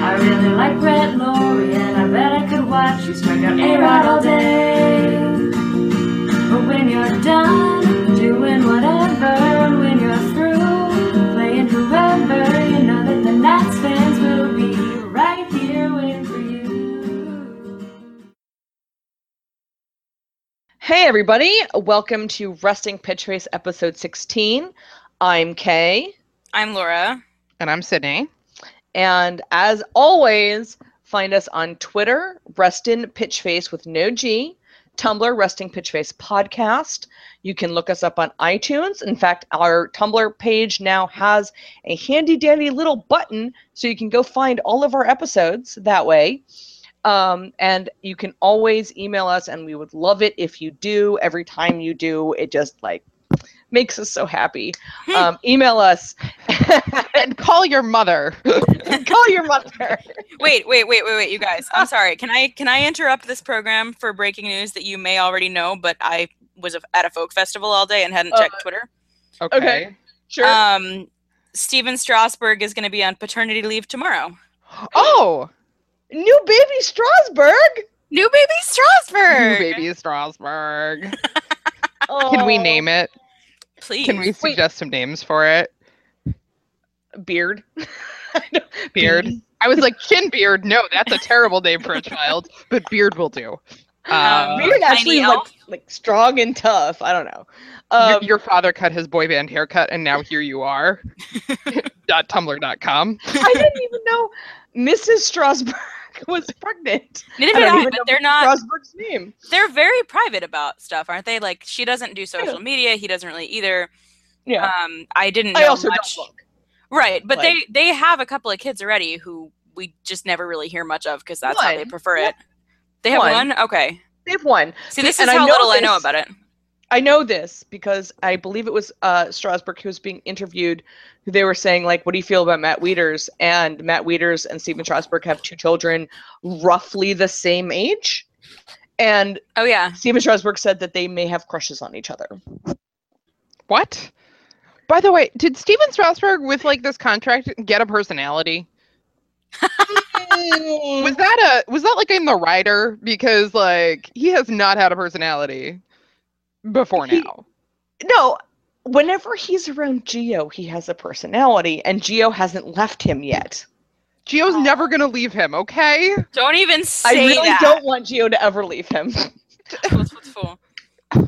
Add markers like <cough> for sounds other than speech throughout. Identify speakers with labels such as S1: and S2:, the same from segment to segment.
S1: like Brett Laurie, and I bet I could watch you strike out A-Rod all day. But when you're done doing whatever, when you're through playing whoever, you know that the Nats fans will be right here waiting for you.
S2: Hey, everybody. Welcome to Resting Pitch Race episode 16. I'm Kay,
S3: I'm Laura.
S4: And I'm Sydney.
S2: and as always, find us on Twitter, Restin Pitch Face with no G, Tumblr, Resting Pitch Face Podcast. You can look us up on iTunes. In fact, our Tumblr page now has a handy dandy little button so you can go find all of our episodes that way. Um, and you can always email us, and we would love it if you do. Every time you do, it just like makes us so happy. Um, email us <laughs>
S4: And call your mother.
S2: call your mother.
S3: Wait, wait, wait, wait, wait, you guys. I'm sorry. Can I can I interrupt this program for breaking news that you may already know, but I was a- at a folk festival all day and hadn't checked Twitter.
S4: Okay.
S2: Sure.
S3: Um, Steven Strasberg is going to be on paternity leave tomorrow.
S4: Oh,
S2: New baby Strasbourg.
S3: New baby Strasberg.
S4: new
S2: <laughs>
S4: baby Strasbourg.
S2: Oh,
S4: Can we name it?
S3: Please.
S4: Can we suggest some names for it?
S2: beard?
S4: Beard. I was like, chin beard. No, that's a terrible name for
S2: <laughs>
S4: a child, but beard will do. Um,
S3: Um,
S4: your,
S2: beard actually
S3: Tiny
S2: like,
S3: elf?
S2: like strong and tough. I don't know.
S4: <laughs>
S2: Um,
S4: your father cut his boy band haircut, and now here
S2: <laughs>
S4: you are. <laughs> dot tumblr.com.
S2: I didn't even know Mrs. Strasbourg <laughs> was pregnant.
S3: Neither
S2: I
S3: did
S2: don't
S3: I,
S2: even know
S3: but they're not.
S2: Strasbourg's name.
S3: They're very private about stuff, aren't they? Like she doesn't do social media. He doesn't really either.
S2: Yeah.
S3: Um, I didn't. Know
S2: I also
S3: much.
S2: don't look.
S3: Right, but
S2: Like-
S3: they they have a couple of kids already who we just never really hear much of because that's how they
S2: One.
S3: prefer
S2: Yeah.
S3: it. They have
S2: One.
S3: one. Okay.
S2: They have one.
S3: See, this is
S2: and I
S3: how
S2: know
S3: little I know
S2: this-
S3: about it.
S2: I know this because I believe it was uh, Strasberg who was being interviewed. who They were saying like, "What do you feel about Matt Wieters?" And Matt Wieters and Steven Strasberg have two children, roughly the same age, and
S3: Oh yeah.
S2: Steven Strasberg said that they may have crushes on each other.
S4: What? By the way, did Steven Strasberg with like this contract get a personality? Was that a was that like in the writer? Because like he has not had a personality before
S2: He-
S4: now.
S2: no, whenever he's around Geo, he has a personality, and Geo hasn't left him yet.
S4: Gio's never gonna leave him, okay?
S3: Don't even say
S2: I really
S3: that.
S2: don't want Geo to ever leave him. <laughs>
S3: What's- what's full?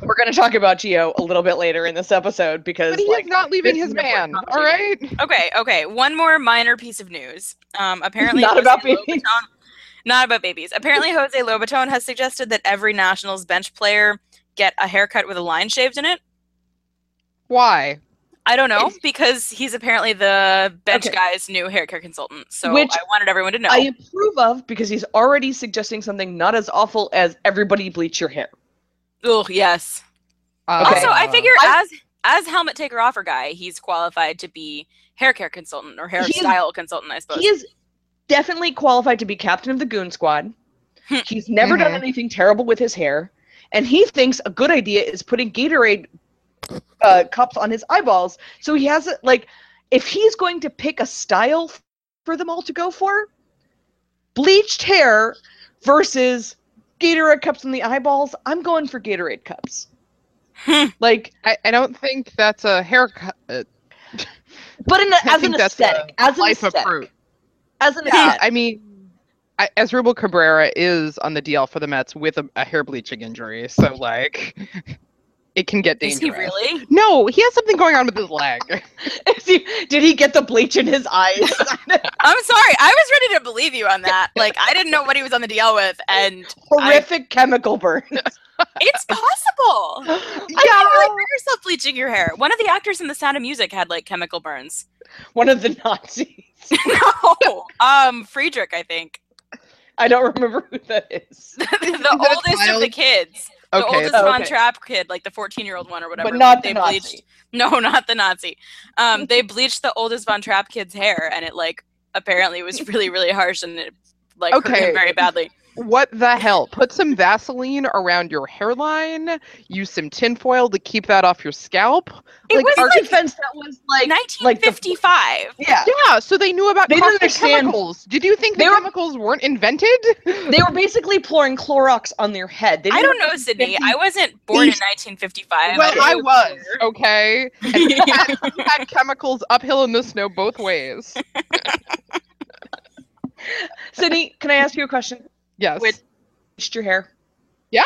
S2: We're going to talk about Geo a little bit later in this episode because
S4: But he's
S2: like,
S4: not leaving
S2: this
S4: his
S2: never
S4: man,
S2: comes
S4: all
S2: to
S4: right?
S3: Okay. Okay. One more minor piece of news. Um, apparently,
S2: Not about
S3: Jose
S2: babies.
S3: Lobaton- Not about babies.
S2: <laughs>
S3: Apparently, Jose Lobaton has suggested that every Nationals bench player get a haircut with a line shaved in it.
S4: Why?
S3: I don't know because he's apparently the bench
S2: Okay.
S3: guy's new haircare consultant. So
S2: Which
S3: I wanted everyone to know.
S2: I approve of because he's already suggesting something not as awful as everybody bleach your hair.
S3: Ugh, yes.
S4: Uh,
S2: Okay.
S3: Also, I figure
S2: I-
S3: as as helmet taker offer guy, he's qualified to be hair care consultant or
S2: He is-
S3: hairstyle consultant, I suppose.
S2: He is definitely qualified to be captain of the goon squad. He's never done
S4: Mhm.
S2: anything terrible with his hair, and he thinks a good idea is putting Gatorade uh, cups on his eyeballs. So he has it like, if he's going to pick a style f- for them all to go for, bleached hair versus Gatorade cups on the eyeballs. I'm going for Gatorade cups.
S3: Hmm.
S2: like,
S4: I, I don't think that's a haircut. uh,
S2: but in a,
S4: I
S2: as an
S4: think that's a
S2: aesthetic, as an
S4: Life
S2: aesthetic,
S4: approved.
S2: as an
S4: Yeah,
S2: aesthetic. <laughs>
S4: I mean, I, Ezreal Cabrera is on the DL for the Mets with a, a hair bleaching injury, so like, <laughs> it can get
S3: Is
S4: dangerous.
S3: he really?
S4: No, he has something going on with his leg. <laughs>
S2: Did he get the bleach in his eyes?
S3: I'm sorry. I was ready to believe you on that. Like I didn't know what he was on the DL with, and
S2: <laughs> horrific chemical
S4: <laughs>
S2: burn. <laughs>
S3: it's possible.
S2: yeah.
S3: I can't really bring yourself bleaching your hair. One of the actors in The Sound of Music had like
S2: <laughs>
S3: chemical burns. <laughs>
S2: One of the Nazis. <laughs>
S3: no, um, Friedrich, I think, <laughs>
S2: I don't remember who that is.
S3: the
S4: that a
S3: oldest of the
S4: child?
S3: kids. the
S4: Okay,
S3: oldest Von
S2: okay.
S3: Trapp kid, like the 14 year old one or whatever.
S2: But not
S3: they
S2: the Nazi.
S3: bleached. No, <laughs> not the Nazi. Um, they bleached the oldest Von Trapp kid's hair, and it like apparently was really, really harsh, and it like hurt
S4: Okay.
S3: him very badly.
S4: What the hell? Put some Vaseline around your hairline. Use some tinfoil to keep that off your scalp.
S3: It
S4: Like,
S3: was
S2: Our
S3: like
S2: defense that was like
S3: 1955.
S2: yeah.
S4: Yeah, so they knew about
S2: They didn't
S4: caustic
S2: understand-
S4: chemicals. Did you think the
S2: They were-
S4: chemicals weren't invented?
S2: They were basically pouring Clorox on their head. They
S3: I
S2: didn't
S3: don't know, Sydney. I wasn't born in 1955.
S4: well,
S3: don't <laughs>
S4: I <laughs>
S3: know.
S4: was okay. And we had, we had chemicals uphill in the snow both ways.
S2: Sydney, can I ask you a question?
S4: Yes.
S2: With- Bleached your hair.
S4: yeah,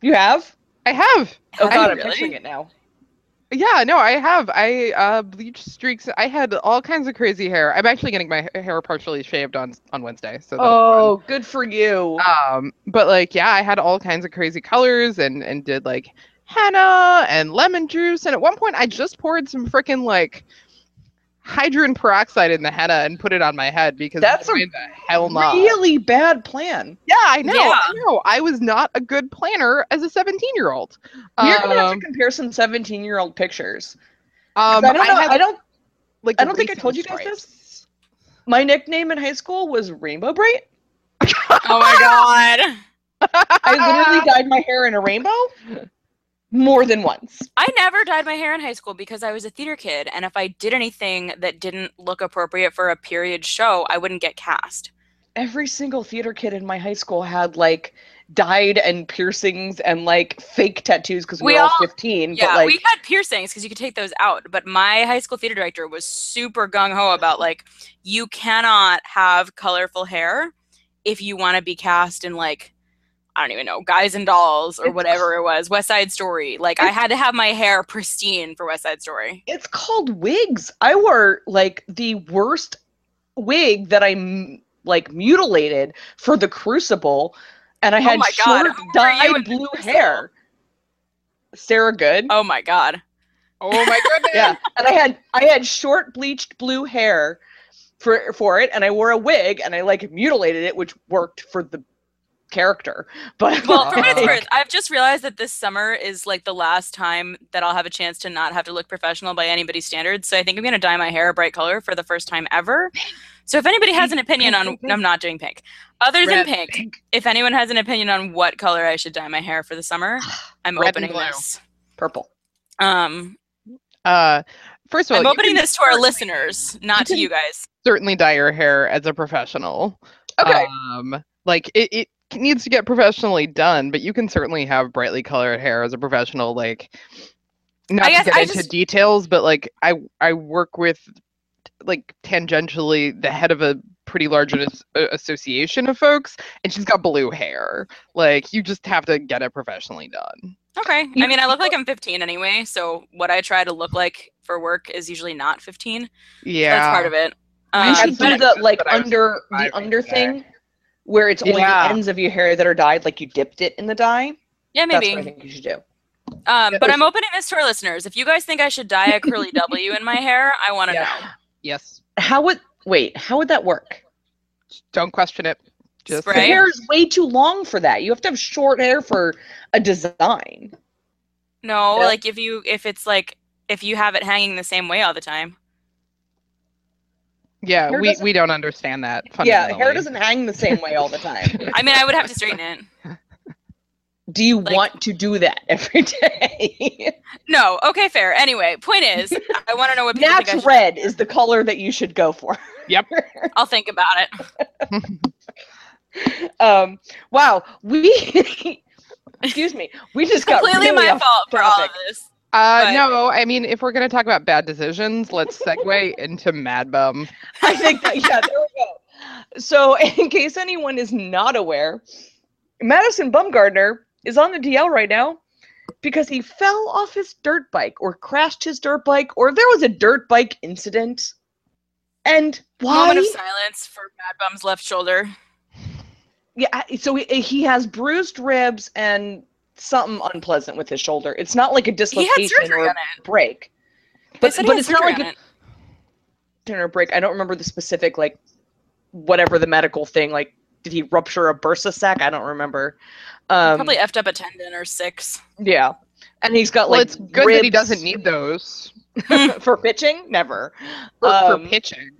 S2: You have?
S4: I have.
S2: Oh
S3: Have
S2: god,
S3: you
S2: I'm
S3: really?
S2: picturing it now.
S4: Yeah, no, I have. I uh bleached streaks. I had all kinds of crazy hair. I'm actually getting my ha- hair partially shaved on on Wednesday. So that'll be fun.
S2: Oh, good for you.
S4: um but like yeah i had all kinds of crazy colors and and did like henna and lemon juice and at one point i just poured some freaking like hydrogen peroxide in the henna and put it on my head because
S2: That's a
S4: why the hell not
S2: really bad plan.
S4: yeah i know
S3: Yeah.
S4: i know i was not a good planner as a 17 year old
S2: We're gonna have to
S4: um,
S2: compare some 17 year old pictures. 'Cause
S4: um,
S2: I don't know.
S4: had,
S2: I don't.
S4: like
S2: I don't think I told you guys
S4: this
S2: My nickname in high school was Rainbow Bright.
S3: Oh my god.
S2: I
S3: <laughs>
S2: literally dyed my hair in a rainbow more than once.
S3: I never dyed my hair in high school because I was a theater kid, and if I did anything that didn't look appropriate for a period show, I wouldn't get cast.
S2: Every single theater kid in my high school had like dyed and piercings and like fake tattoos because we,
S3: We
S2: were all,
S3: all-
S2: 15.
S3: Yeah,
S2: but like,
S3: we had piercings because you could take those out. But my high school theater director was super gung ho about like, you cannot have colorful hair if you want to be cast in like, I don't even know, Guys and Dolls or
S2: It's-
S3: whatever it was, West Side Story. Like, I had to have my hair pristine for West Side Story.
S2: it's called wigs. I wore like the worst wig that I m- like mutilated for the Crucible, and I had
S3: Oh my God,
S2: short
S3: who were you in
S2: dyed
S3: The
S2: blue
S3: Crucible?
S2: hair. Sarah Good.
S3: Oh my god.
S4: oh my goodness
S2: <laughs> yeah, and I had I had short bleached blue hair for for it, and I wore a wig, and I like mutilated it, which worked for the character. But
S3: Well,
S2: <laughs>
S3: for
S4: Oh.
S3: what it's
S2: like,
S3: worth, I've just realized that this summer is like the last time that I'll have a chance to not have to look professional by anybody's standards. So I think I'm going to dye my hair a bright color for the first time ever. So if anybody has an opinion on,
S2: pink, pink.
S3: I'm not doing pink. Other than
S4: Red,
S3: pink, if anyone has an opinion on what color I should dye my hair for the summer, I'm
S4: Red and
S3: opening
S4: blue.
S3: this.
S2: purple.
S3: Um,
S4: uh first of all
S3: I'm
S4: you
S3: opening
S4: can
S3: this to our
S4: certainly-
S3: listeners, not to
S4: can-
S3: you guys.
S4: certainly dye your hair as a professional
S2: Okay,
S4: Um, like it, it needs to get professionally done, but you can certainly have brightly colored hair as a professional. Like, not to
S3: guess
S4: get
S3: I
S4: into
S3: just-
S4: details, but like I I work with like tangentially the head of a pretty large as- a- association of folks, and she's got blue hair. Like you just have to get it professionally done.
S3: Okay.
S2: You-
S3: I mean, I look like I'm 15 anyway, so what I try to look like for work is usually not 15. So
S4: Yeah,
S3: That's part of it.
S2: you
S4: Um,
S2: should do
S4: but-
S2: the like
S4: but I was
S2: under the
S4: surprised
S2: under
S4: with that.
S2: thing, where it's only
S4: Yeah.
S2: the ends of your hair that are dyed, like you dipped it in the dye.
S3: yeah,
S2: That's
S3: maybe.
S2: what I think you should do.
S3: Um,
S4: Yeah,
S3: but
S4: there's-
S3: I'm opening this to our listeners. If you guys think I should dye a curly W in my hair, I want to
S4: Yeah.
S3: know.
S4: Yes,
S2: How would wait? How would that work?
S4: don't question it. Just
S2: The
S3: Right?
S2: hair is way too long for that. You have to have short hair for a design.
S3: No,
S2: Yeah.
S3: like if you if it's like if you have it hanging the same way all the time.
S4: yeah,
S2: Hair
S4: we
S2: doesn't-
S4: we don't understand that.
S2: Yeah, hair
S4: fundamentally.
S2: doesn't hang the same way all the
S4: <laughs>
S2: time.
S3: I mean, I would have to straighten it.
S2: Do you
S3: Like-
S2: want to do that <laughs> every day?
S3: No, okay, fair. Anyway, point is, <laughs> I want to know what people think I
S2: That's
S3: should-
S2: red is the color that you should go for. <laughs>
S3: <laughs>
S4: Yep.
S3: I'll think about it.
S2: Um, wow. We <laughs> excuse me. We just got
S3: Completely
S2: really
S3: my
S2: off
S3: fault for all of
S2: topic.
S3: this.
S4: Uh,
S3: but-
S4: no, I mean, if we're gonna talk about bad decisions, let's
S2: <laughs>
S4: segue into Mad Bum.
S2: I think that, <laughs> yeah, there we go. So, <laughs> in case anyone is not aware, Madison Bumgardner is on the DL right now because he fell off his dirt bike or crashed his dirt bike or there was a dirt bike incident. And why?
S3: Moment of silence for Mad Bum's left shoulder.
S2: Yeah, I- so he, he has bruised ribs and something unpleasant with his shoulder. It's not like a
S3: He had
S2: dislocation
S3: surgery
S2: or
S3: on
S2: a
S3: it.
S2: break.
S3: They
S2: But,
S3: said he
S2: but
S3: had
S2: it's not
S3: surgery
S2: like
S3: on
S2: a
S3: it.
S2: dinner break. I don't remember the specific like whatever the medical thing like did he rupture a bursa sac? I don't remember. Um
S3: Probably effed up a tendon or six.
S2: yeah. And he's got
S4: Well,
S2: like
S4: it's good that
S2: ribs
S4: he doesn't need those
S2: <laughs> for pitching, never.
S4: for,
S2: Um,
S4: for pitching.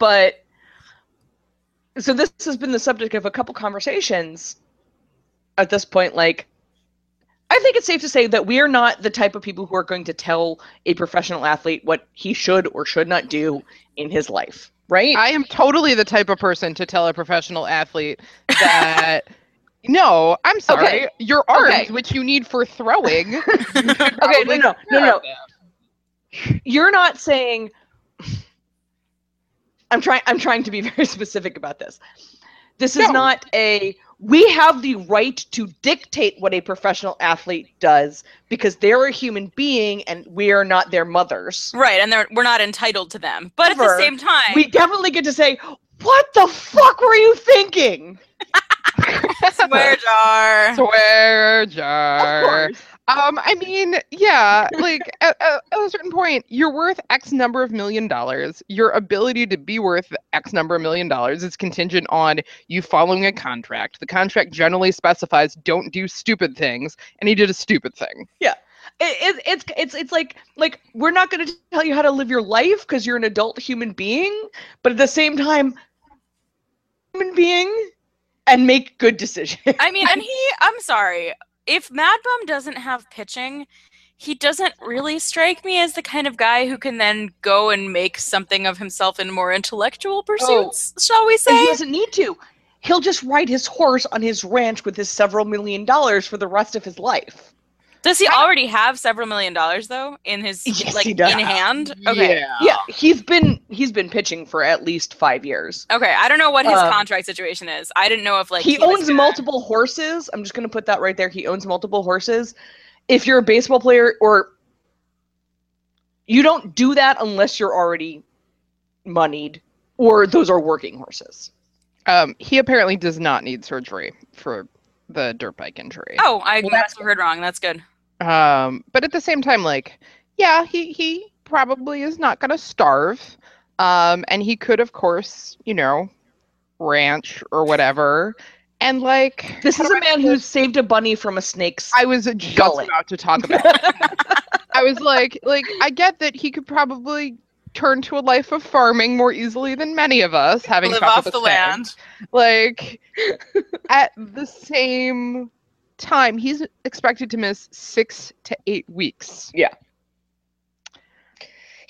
S2: but so this has been the subject of a couple conversations at this point like i think it's safe to say that we are not the type of people who are going to tell a professional athlete what he should or should not do in his life right
S4: I am totally the type of person to tell a professional athlete
S2: <laughs>
S4: that no, I'm sorry,
S2: Okay.
S4: your arms,
S2: Okay.
S4: which you need for throwing. you
S2: <laughs>
S4: should
S2: okay
S4: probably
S2: no no no
S4: care
S2: no
S4: of them.
S2: you're not saying I'm trying I'm trying to be <laughs> very specific about this. This is
S4: No.
S2: not a we have the right to dictate what a professional athlete does because they're a human being and we are not their mothers.
S3: Right, and they're, we're not entitled to them. But at
S2: Ever.
S3: the same time,
S2: We definitely get to say, "What the fuck were you thinking?" <laughs>
S3: swear jar.
S4: Swear
S2: Of
S4: jar.
S2: course.
S4: Um, I mean, yeah, like at, at, at a certain point, you're worth X number of million dollars. Your ability to be worth X number of million dollars is contingent on you following a contract. The contract generally specifies don't do stupid things, and he did a stupid thing.
S2: It, it, it's it's it's like like we're not going to tell you how to live your life because you're an adult human being, but at the same time, human being, and make good decisions. <laughs>
S3: I mean, and he, I'm sorry, if Mad Bum doesn't have pitching, he doesn't really strike me as the kind of guy who can then go and make something of himself in more intellectual pursuits, shall we
S2: And he
S3: say?
S2: doesn't need to. He'll just ride his horse on his ranch with his several million dollars for the rest of his life.
S3: Does he already have several million dollars though in his
S2: Yes,
S3: like
S2: he does.
S3: in hand? Okay.
S4: Yeah.
S2: Yeah, he's been he's been pitching for at least five years.
S3: Okay, I don't know what his
S2: Uh,
S3: contract situation is. I didn't know if like
S2: he,
S3: was
S2: owns
S3: gonna-
S2: multiple horses. I'm just gonna put that right there. He owns multiple horses. If you're a baseball player, or you don't do that unless you're already moneyed, or those are working horses.
S4: Um, he apparently does not need surgery for the dirt bike injury.
S3: Oh, I
S2: Well, that's
S3: must have heard wrong. That's good.
S4: Um, but at the same time, like, yeah, he he probably is not gonna starve. Um, and he could, of course, you know, ranch or whatever. And like,
S2: This
S4: how
S2: is
S4: do
S2: a
S4: I
S2: man
S4: put
S2: who saved a bunny from a snake's.
S4: I was just
S2: Gullet.
S4: about to talk about. it. I was like, like I get that he could probably turn to a life of farming more easily than many of us, having
S3: Live
S4: come up
S3: off
S4: with
S3: the
S4: sand.
S2: <laughs>
S3: land.
S4: Like at the same time, he's expected to miss six to eight weeks.
S2: Yeah.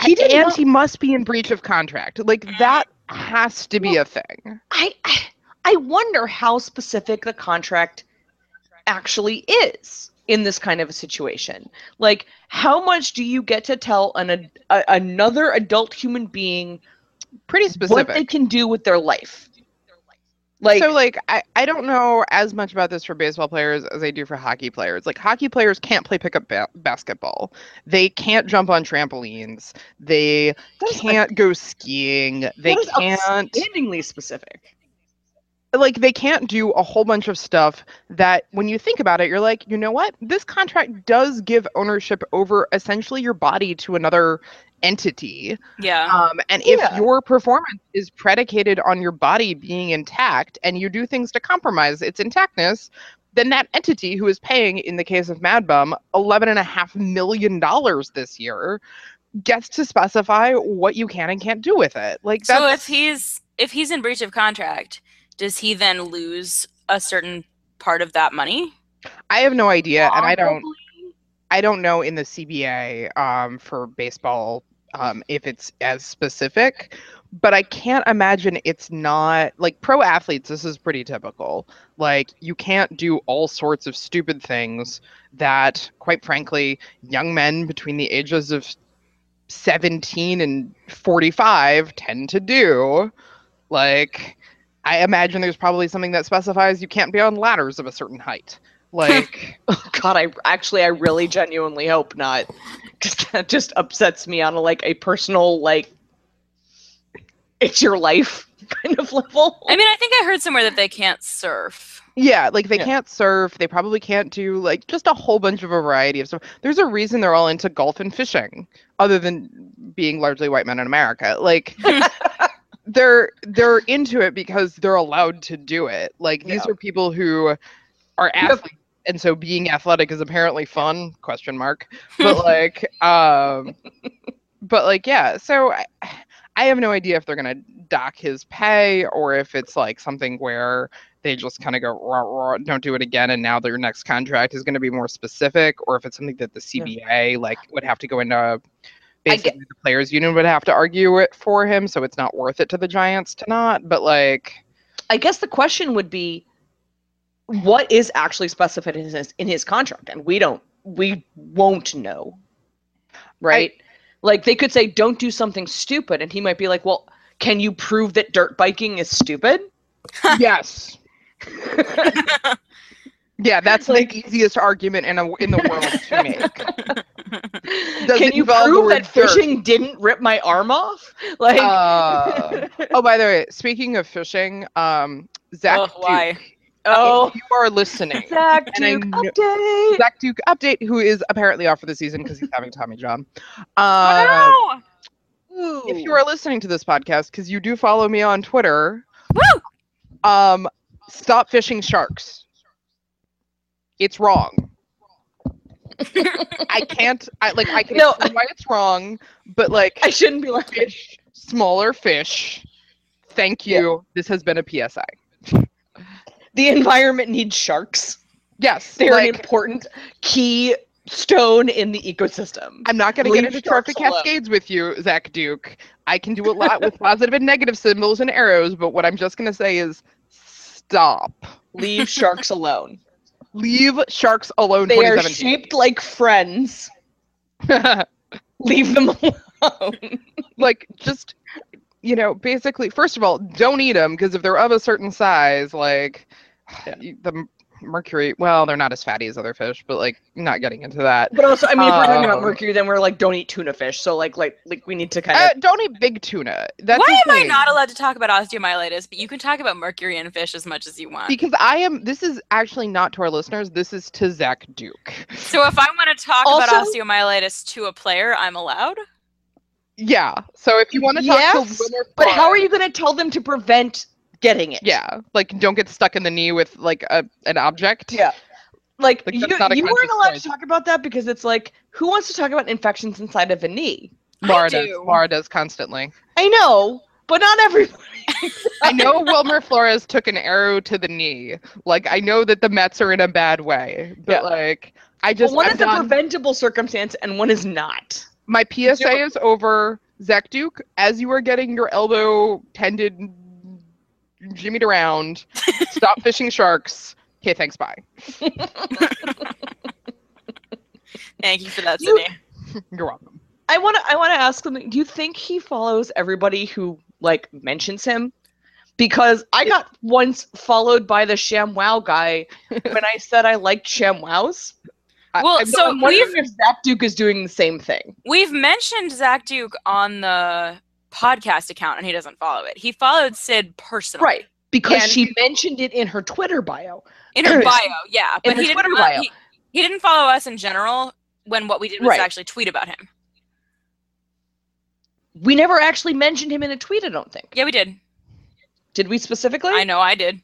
S2: He did
S4: and
S2: not-
S4: he must be in breach of contract. Like that has to be a thing.
S2: I I- I wonder how specific the contract actually is in this kind of a situation. Like, how much do you get to tell an ad- a, another adult human being
S4: Pretty
S2: what
S4: specific.
S2: they can do with their life? Like,
S4: so like I, I don't know as much about this for baseball players as I do for hockey players. Like hockey players can't play pickup ba- basketball. They can't jump on trampolines. They
S2: that is
S4: can't go skiing. They
S2: is
S4: can't
S2: outstandingly specific.
S4: like they can't do a whole bunch of stuff that when you think about it you're like, "You know what? This contract does give ownership over essentially your body to another entity."
S3: Yeah.
S4: Um, and
S2: Yeah.
S4: if your performance is predicated on your body being intact and you do things to compromise its intactness, then that entity who is paying, in the case of Mad Bum, $11.5 million this year gets to specify what you can and can't do with it. Like, that's,
S3: So if he's if he's in breach of contract, does he then lose a certain part of that money?
S4: I have no idea, and I don't,
S2: Probably.
S4: I don't know in the CBA um, for baseball um, if it's as specific, but I can't imagine it's not like pro athletes. This is pretty typical. Like you can't do all sorts of stupid things that, quite frankly, young men between the ages of 17 and 45 tend to do. Like I imagine there's probably something that specifies you can't be on ladders of a certain height. Like.
S2: God, I actually, I really genuinely hope not. <laughs> Because that just upsets me on a like a personal like, it's your life <laughs> kind of level.
S3: I mean, I think I heard somewhere that they can't surf.
S4: Yeah, like they
S2: Yeah.
S4: can't surf. They probably can't do like just a whole bunch of a variety of stuff. There's a reason they're all into golf and fishing, other than being largely white men in America.
S2: <laughs>
S4: Like they're they're into it because they're allowed to do it. Like these
S2: Yeah.
S4: are people who are athletes, and so being athletic is apparently fun?
S2: <laughs>
S4: Question mark. But like, um, but like, yeah. So I, I have no idea if they're gonna dock his pay or if it's like something where they just kind of go rah, rah, don't do it again and now their next contract is going to be more specific or if it's something that the CBA like would have to go into basically the players union would have to argue it for him so it's not worth it to the Giants to not but like
S2: I guess the question would be, what is actually specified in his in his contract, and we don't we won't know, right? like they could say, don't do something stupid, and he might be like, well, can you prove that dirt biking is stupid?
S4: yes <laughs> yeah that's
S2: Like-
S4: the easiest argument in a, in the world to make
S2: can
S4: Doesn't
S2: you
S4: involve the
S2: prove
S4: word
S2: that
S4: dirt.
S2: fishing didn't rip my arm off? <laughs> Like,
S4: Uh, oh, by the way, speaking of fishing, um, Zach
S3: Oh,
S4: Duke,
S3: why?
S2: oh,
S4: if you are listening.
S2: <laughs> Zach
S4: and I
S2: Duke
S4: kn-
S2: update.
S4: Zach Duke update, who is apparently off for the season because he's having Tommy John. Uh,
S3: Oh,
S4: If you are listening to this podcast, because you do follow me on Twitter,
S3: Woo!
S4: um, stop fishing sharks.
S2: <laughs>
S4: It's wrong. I can't. I like. I can
S2: No.
S4: explain why it's wrong, but like
S2: I shouldn't be like,
S4: fish, smaller fish. Thank
S2: Yeah.
S4: you. This has been a PSI.
S2: the environment needs sharks.
S4: Yes,
S2: They're
S4: like,
S2: an important key stone in the ecosystem.
S4: I'm not going to
S2: Leave
S4: get into
S2: sharks
S4: Trophy
S2: alone.
S4: Cascades with you, Zach Duke. I can do a
S2: <laughs>
S4: lot with positive and negative symbols and arrows, but what I'm just going to say is stop.
S2: Leave sharks alone.
S4: Leave sharks alone.
S2: They are
S4: 2017.
S2: shaped
S4: <laughs>
S2: like friends. <laughs> Leave them alone.
S4: like, just, you know, basically, first of all, don't eat them because if they're of a certain size, like,
S2: Yeah.
S4: you- <sighs> the m- mercury, well, they're not as fatty as other fish, but like, not getting into that.
S2: But also, I mean, if we're talking about
S4: Um,
S2: mercury, then we're like, don't eat tuna fish. So like, like, like we need to kind
S4: Uh,
S2: of.
S4: don't eat big tuna. That's
S3: why
S4: the
S3: am I
S4: thing.
S3: not allowed to talk about osteomyelitis? But you can talk about mercury and fish as much as you want.
S4: Because I am. This is actually not to our listeners. This is to Zach Duke.
S3: So if I want to talk about
S2: Also-
S3: osteomyelitis to a player, I'm allowed.
S4: Yeah. So if you want to talk
S2: Yes,
S4: to Wilmer
S2: but how are
S4: Farr-
S2: you going to tell them to prevent getting it?
S4: Yeah, like don't get stuck in the knee with like a an object.
S2: Yeah. Like,
S4: Like,
S2: you,
S4: that's not a
S2: you weren't
S4: conscious
S2: allowed
S4: choice.
S2: to talk about that because it's like, who wants to talk about infections inside of a knee?
S4: Laura
S3: I
S4: does.
S3: do.
S4: Laura does constantly.
S2: I know, but not everybody. <laughs>
S4: I know Wilmer Flores took an arrow to the knee. Like I know that the Mets are in a bad way,
S2: Yeah.
S4: but like I
S2: Well,
S4: just
S2: one
S4: I'm
S2: is a
S4: done.
S2: preventable circumstance and one is not.
S4: my PSA is over. Zach Duke, as you are getting your elbow tended jimmied around,
S2: <laughs>
S4: stop fishing sharks. Okay, thanks. Bye.
S3: Thank you for that,
S2: You-
S3: Sydney.
S4: You're welcome.
S2: I want to I want to ask something. Do you think he follows everybody who like mentions him? Because I got once followed by the ShamWow
S3: <laughs>
S2: guy when I said I liked ShamWows.
S4: I-
S3: Well,
S4: I'm-
S3: so
S2: I'm wondering if Zach Duke is doing the same thing.
S3: We've mentioned Zach Duke on the podcast account, and he doesn't follow it. He followed Sid personally,
S2: Right. Because
S4: And-
S2: she mentioned it in her Twitter bio. <clears throat>
S3: In her bio, yeah,
S2: In
S3: but
S2: her
S3: he didn't.
S2: Twitter
S3: fo-
S2: bio.
S3: He, he didn't follow us in general when what we did was
S2: Right.
S3: actually tweet about him.
S2: We never actually mentioned him in a tweet, I don't think.
S3: Yeah, we did.
S2: Did we specifically?
S3: I know I did.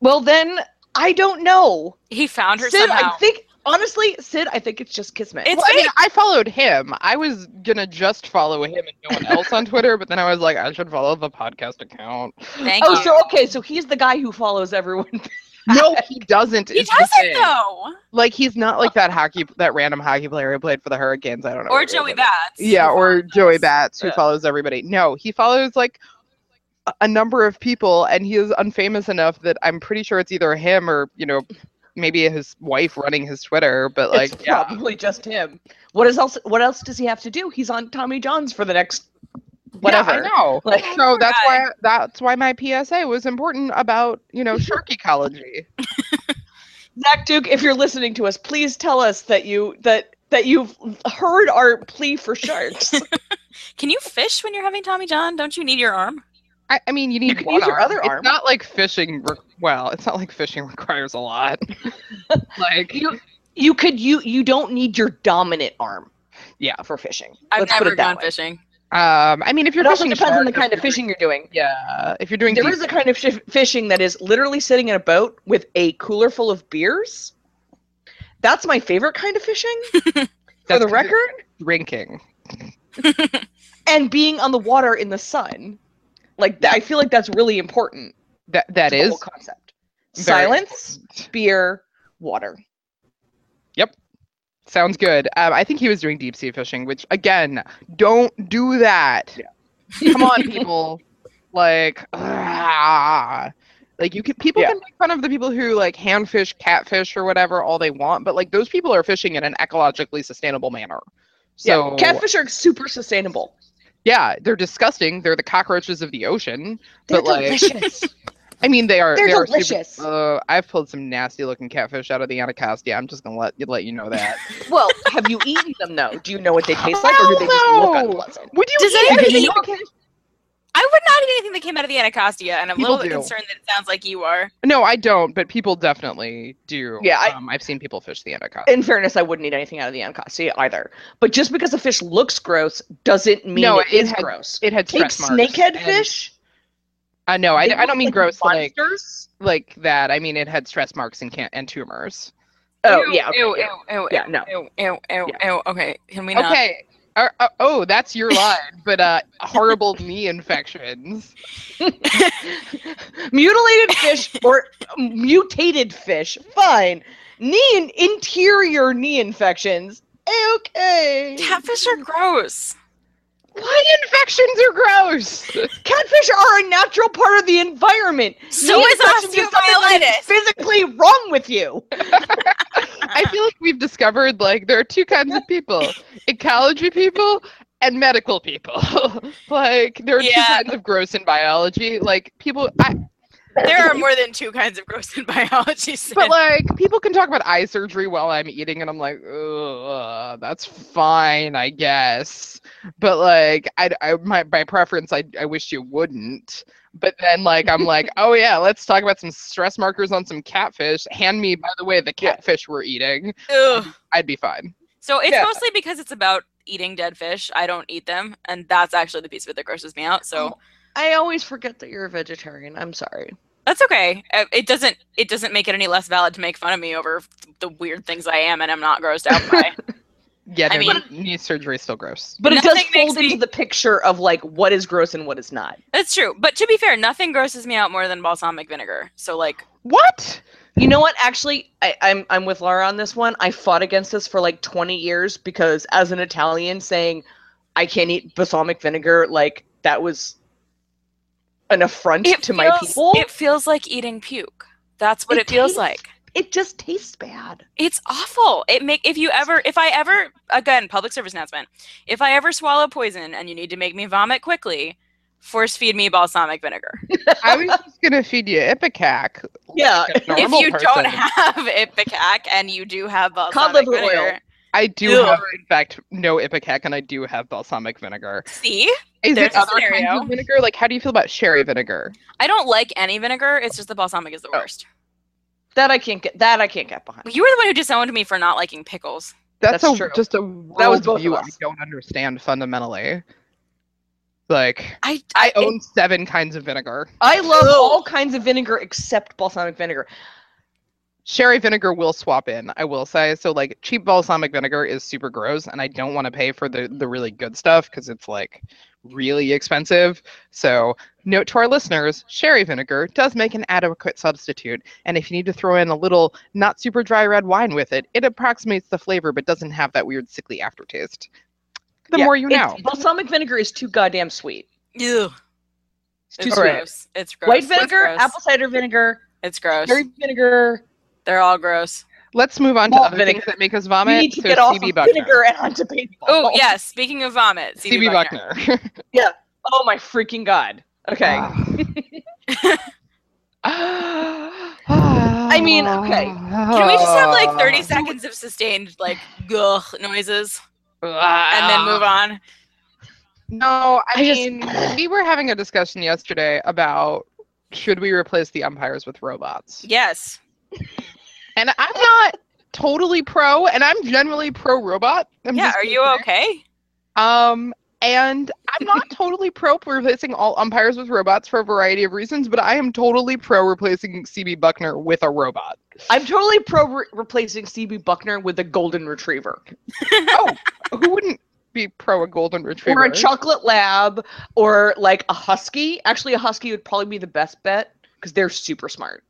S2: Well, then I don't know.
S3: He found her
S2: Sid,
S3: somehow.
S2: I think honestly, Sid, I think it's just kismet.
S3: It's
S4: Well, I mean, I followed him. I was gonna just follow him and no one else on Twitter, but then I was like, I should follow the
S3: <laughs>
S4: podcast account.
S3: Thank
S2: oh,
S3: you.
S2: so okay, so he's the guy who follows everyone.
S4: No, he doesn't.
S3: he
S4: is the
S3: doesn't
S4: thing.
S3: though.
S4: Like he's not
S3: <laughs>
S4: like that hockey, that random hockey player who played for the Hurricanes. I don't know.
S2: Oh,
S3: Or
S4: what he was
S3: Joey
S4: in.
S3: Bats.
S4: Yeah, or Joey Bats, who
S2: Yeah.
S4: follows everybody. No, he follows like a- a number of people, and he is unfamous enough that I'm pretty sure it's either him or you know maybe his wife running his Twitter. But like,
S2: it's
S4: yeah,
S2: probably just him. What is else? What else does he have to do? He's on Tommy John's for the next whatever.
S4: Yeah, I know.
S2: Like-
S4: so that's
S3: Right.
S4: why that's why my PSA was important about you
S2: <laughs>
S4: know shark ecology.
S2: Zach Duke, if you're listening to us, please tell us that you that that you've heard our plea for
S4: <laughs>
S2: sharks.
S3: Can you fish when you're having Tommy John? Don't you need your arm?
S4: I, I mean, you need
S2: can
S4: one
S2: use your
S4: arm.
S2: other arm.
S4: It's not like fishing. Re- well, it's not like fishing requires
S2: <laughs>
S4: a lot. like,
S2: you you could you you don't need your dominant arm.
S4: Yeah.
S2: for fishing.
S3: I've
S2: Let's put
S3: never
S2: it that
S3: gone
S2: way.
S3: fishing.
S4: um, I mean, if you're
S2: It also
S4: fishing
S2: depends on the
S4: shark,
S2: kind
S4: if
S2: of
S4: you're
S2: fishing you're doing.
S4: doing- Yeah, if you're doing
S2: There
S4: deep-
S2: is a kind of shi fishing that is literally sitting in a boat with a cooler full of beers. That's my favorite kind of fishing. for
S4: that's
S2: the
S4: considered
S2: record,
S4: drinking.
S2: and being on the water in the sun. Like th- I feel like that's really important.
S4: That that
S2: the
S4: is
S2: whole concept.
S4: very-
S2: Silence, beer, water.
S4: sounds good. Um, I think he was doing deep sea fishing, which again, don't do that.
S2: <laughs>
S4: Come on, people. Like, ah. like you can people
S2: Yeah.
S4: can make fun of the people who like hand fish, catfish, or whatever all they want, but like those people are fishing in an ecologically sustainable manner. So
S2: yeah, catfish are super sustainable.
S4: yeah, they're disgusting. They're the cockroaches of the ocean.
S2: They're
S4: But, like- <laughs>
S2: delicious.
S4: I mean, they are.
S2: They're
S4: they are super-
S2: delicious.
S4: uh, I've pulled some nasty-looking catfish out of the Anacostia. I'm just gonna let let you
S2: <laughs>
S4: know that.
S2: well, have you eaten them though? Do you know what they taste like, or do they just
S4: Hell
S2: look
S4: no.
S2: unpleasant?
S4: Would you?
S3: Does
S4: eat
S3: anybody
S4: any
S3: eat
S4: catfish?
S3: I would not eat anything that came out of the Anacostia, and I'm
S4: People
S3: a little bit
S4: do.
S3: concerned that it sounds like you are.
S4: No, I don't. But people definitely do.
S2: Yeah, I-
S4: um, I've seen people fish the Anacostia.
S2: In fairness, I wouldn't eat anything out of the Anacostia either. But just because a fish looks gross doesn't mean
S4: No,
S2: it
S4: it
S2: is
S4: had
S2: gross.
S4: It had
S2: Take
S4: stretch marks
S2: snakehead
S4: and-
S2: fish.
S4: I know. I,
S2: they
S4: I
S2: look
S4: don't mean
S2: like
S4: gross like
S2: monsters.
S4: like that. I mean it had stress marks and can- and tumors.
S2: Oh
S3: Ew,
S2: yeah, okay,
S3: ew,
S2: yeah.
S3: ew, ew,
S2: Yeah, no.
S3: ew, ew, ew, ew. Okay, can we not?
S4: Okay. Uh, uh, oh,
S2: <laughs>
S4: that's your line. but uh, horrible knee infections.
S2: mutilated fish or mutated fish fine knee and interior knee infections okay
S3: Catfish are gross.
S4: Why infections are gross?
S2: catfish are a natural part of the environment
S3: So
S2: knee
S3: is
S2: infections are something that is
S3: osteomyelitis.
S2: physically wrong with you
S4: I feel like we've discovered like there are two
S2: <laughs>
S4: kinds of people: ecology people and medical people. <laughs> like there are two
S3: Yeah.
S4: kinds of gross in biology. Like people, I,
S3: There <laughs> are more than two kinds of gross <laughs> in biology. <laughs>
S4: but
S3: Sid.
S4: like people can talk about eye surgery while I'm eating, and I'm like, Ugh, that's fine, I guess. But like, I, I my by preference, I I wish you wouldn't. But then like
S3: <laughs>
S4: I'm like, oh yeah, let's talk about some stress markers on some catfish. Hand me, by the way, the
S2: Yeah.
S4: catfish we're eating.
S3: Ugh.
S4: I'd be fine.
S3: So it's
S2: Yeah.
S3: mostly because it's about eating dead fish. I don't eat them, and that's actually the piece of it that grosses me out. So
S2: i always forget that you're a vegetarian i'm sorry
S3: that's okay. Uh, It doesn't it doesn't make it any less valid to make fun of me over the weird things I am and I'm not grossed out <laughs> by.
S4: Yeah, no,
S3: I
S4: knee, knee surgery is still gross.
S3: <laughs>
S2: but it does
S3: Nothing makes
S2: fold into
S3: me-
S2: the picture of like what is gross and what is not
S3: that's true. But to be fair, nothing grosses me out more than balsamic vinegar. So like
S4: What?
S2: You know what? Actually, I, I'm I'm with Laura on this one. I fought against this for like 20 years because as an Italian, saying I can't eat balsamic vinegar, like that was an affront
S3: it
S2: to my
S3: feels-
S2: people.
S3: It feels like eating puke. That's what
S2: It
S3: it, feels
S2: tastes-
S3: like.
S2: It just tastes bad.
S3: It's awful. It make if you ever if I ever again public service announcement. If I ever swallow poison and you need to make me vomit quickly, force feed me balsamic vinegar.
S4: I was just gonna feed you Ipecac.
S2: Yeah.
S4: like a
S3: if
S4: normal
S3: you
S4: person.
S3: don't have <laughs> ipecac and you do have balsamic
S2: Cod liver oil.
S3: vinegar,
S4: I do
S3: Ugh.
S4: have, in fact, no Ipecac, and I do have balsamic vinegar.
S3: see,
S4: Is
S3: There's
S4: it
S3: a
S4: other kinds
S3: scenario.
S4: of vinegar? Like, how do you feel about sherry vinegar?
S3: I don't like any vinegar. It's just the balsamic is the
S4: Oh.
S3: worst.
S2: That I can't get that I can't get behind.
S3: You were the one who disowned me for not liking pickles.
S4: That's,
S2: That's
S4: a,
S2: true.
S4: just a
S2: That was
S4: world
S2: both of
S4: view I
S2: us.
S4: don't understand fundamentally. Like,
S3: I,
S4: I
S3: I,
S4: own seven kinds of vinegar.
S2: I love
S3: Ew.
S2: all kinds of vinegar except balsamic vinegar.
S4: Sherry vinegar will swap in, I will say. So, like, cheap balsamic vinegar is super gross, and I don't want to pay for the, the really good stuff because it's like really expensive. So, note to our listeners sherry vinegar does make an adequate substitute. And if you need to throw in a little not super dry red wine with it, it approximates the flavor but doesn't have that weird sickly aftertaste. The
S2: Yeah,
S4: more you
S2: it's-
S4: know.
S2: Balsamic vinegar is too goddamn sweet.
S3: ew.
S2: It's too
S3: It's
S2: sweet.
S4: Alright.
S3: gross. It's gross.
S2: White
S3: It's
S2: vinegar,
S3: gross.
S2: apple cider vinegar,
S3: It's gross.
S2: cherry vinegar.
S3: They're all gross.
S4: Let's move on to
S2: Malt
S4: other
S2: vinegar.
S4: things that make us
S2: We
S4: vomit.
S2: need to
S4: So
S2: get off
S4: CB
S2: of
S4: Buckner.
S2: vinegar and onto baseball.
S3: Oh, yeah. Speaking of vomit, CB,
S4: CB
S3: Buckner.
S4: Buckner.
S2: Oh my freaking god. Okay.
S3: Ah.
S2: <laughs>
S4: I
S2: mean, okay.
S3: Can we just have
S2: Ah.
S3: like
S4: Oh.
S3: 30 seconds of sustained like gugh noises and then move on?
S4: No, I,
S2: I just-
S4: mean, we were having a discussion yesterday about should we replace the umpires with robots?
S3: Yes.
S4: And I'm not totally pro, and I'm generally pro robot. I'm
S3: yeah.
S4: just
S3: Are
S4: being
S3: you
S4: fair.
S3: okay?
S4: Um, and I'm not totally pro <laughs> replacing all umpires with robots for a variety of reasons, but I am totally pro replacing CB Buckner with a robot.
S2: I'm totally pro re- replacing CB Buckner with a golden retriever.
S4: oh, who wouldn't be pro a golden retriever.
S2: or a chocolate lab or like a husky. Actually, a husky would probably be the best bet because they're super smart.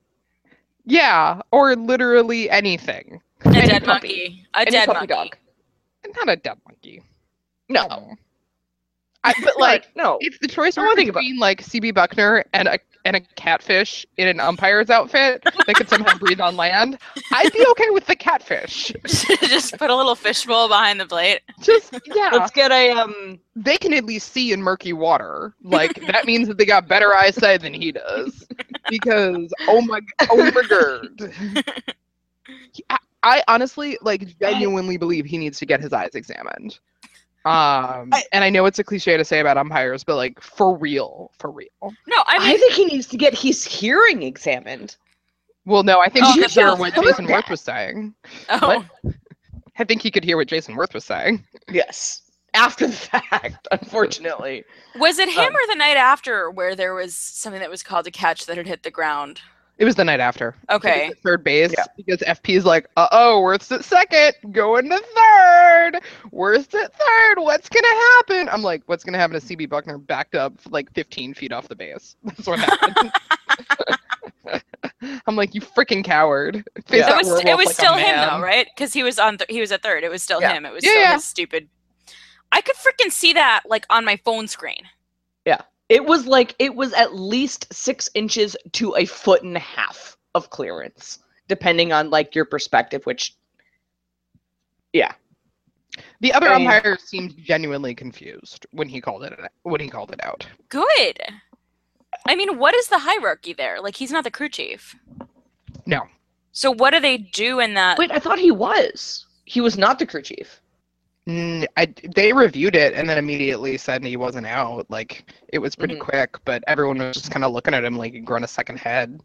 S4: yeah, or literally anything.
S3: A
S2: Any
S3: dead
S2: puppy.
S3: monkey. A
S2: Any
S3: dead
S2: puppy
S3: monkey.
S2: dog.
S4: Not a dead monkey.
S2: No,
S4: I, but <laughs> like,
S2: like no.
S4: if the choice
S2: I wanna
S4: were
S2: think about-
S4: between like CB Buckner and a and a catfish in an umpire's outfit that could somehow breathe on land, I'd be okay with the catfish.
S3: <laughs> Just put a little fishbowl behind the plate.
S2: <laughs>
S4: Just yeah,
S2: Let's get a um.
S4: they can at least see in murky water. Like that means that they got better eyesight than he does. Because oh my oh my god. He- I, I honestly like genuinely believe he needs to get his eyes examined. Um
S2: I-
S4: and I know it's a cliche to say about umpires, but like for real, for real.
S3: No, I
S2: I
S3: mean,
S2: think he needs to get his hearing examined.
S4: Well, no, I think
S3: Oh,
S4: he could
S3: that
S4: hear
S3: sounds
S4: what
S2: so
S4: Jason
S2: bad.
S4: Worth was saying.
S3: oh,
S4: I think he could hear what Jason Worth was saying.
S2: Yes. After the <laughs> fact, unfortunately.
S3: was it him
S2: Um,
S3: or the night after where there was something that was called a catch that had hit the ground?
S4: It was the night after. He was
S3: Okay.
S4: at third base
S2: Yeah.
S4: because FP's like, uh oh, Worth's at second, going to third, Worth's at third. What's gonna happen? I'm like, what's gonna happen to CB Buckner backed up like 15 feet off the base? <laughs> That's what happened. I'm like, you freaking coward. Face
S2: Yeah.
S4: that
S3: It was it
S4: werewolf
S3: was
S4: like a
S3: still him
S4: man.
S3: though, right? Because he was on th- he was at third. It was still
S2: Yeah.
S3: him. It was
S4: Yeah,
S3: still
S4: yeah.
S3: his stupid. I could freaking see that like on my phone screen.
S2: It was like it was at least six inches to a foot and a half of clearance, depending on like your perspective, which
S4: The other
S2: Yeah, yeah.
S4: umpire seemed genuinely confused when he called it when he called it out.
S3: Good. I mean, what is the hierarchy there? Like he's not the crew chief.
S4: No.
S3: So what do they do in that?
S2: wait, I thought he was. He was not the crew chief.
S4: Mm, I, they reviewed it and then immediately said he wasn't out. Like it was pretty
S2: Mhm.
S4: quick, but everyone was just kind of looking at him like he'd grown a second head.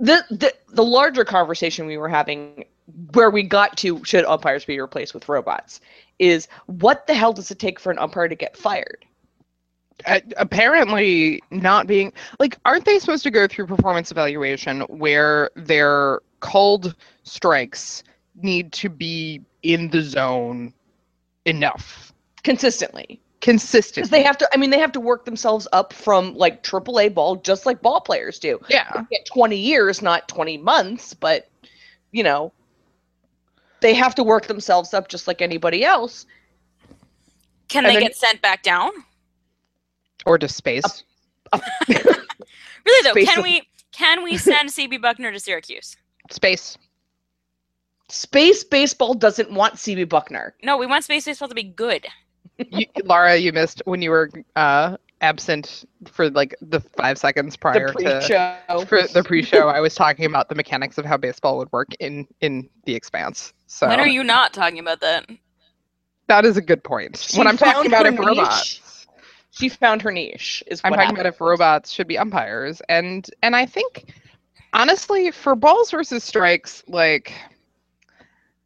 S2: The, the the larger conversation we were having where we got to should umpires be replaced with robots is what the hell does it take for an umpire to get fired?
S4: A- apparently, not being like, aren't they supposed to go through performance evaluation where their called strikes need to be in the zone enough
S2: Consistently. Because
S4: consistently?
S2: they have to I mean they have to work themselves up from like AAA ball just like ball players do.
S4: yeah,
S2: get 20 years, not 20 months, but you know, they have to work themselves up just like anybody else.
S3: Can
S2: and
S3: they
S2: then-
S3: get sent back down?
S4: or to space.
S3: Really though,
S2: Space
S3: can
S2: is-
S3: we can we send <laughs> CB Buckner to Syracuse?
S4: Space.
S2: <laughs> Space baseball doesn't want CB Buckner.
S3: No, we want space baseball to be good.
S4: you, Laura, you missed when you were uh, absent for like the five seconds prior
S2: the
S4: to
S2: pre-show.
S4: for
S2: <laughs>
S4: the pre-show. I was talking about the mechanics of how baseball would work in in the Expanse. So
S3: When are you not talking about that?
S4: that is a good point.
S2: She
S4: when I'm talking
S2: found
S4: about
S2: her
S4: if
S2: niche.
S4: robots,
S2: She found her niche. Is
S4: I'm
S2: what
S4: talking
S2: happened.
S4: about if robots should be umpires, and and I think honestly, for balls versus strikes, like.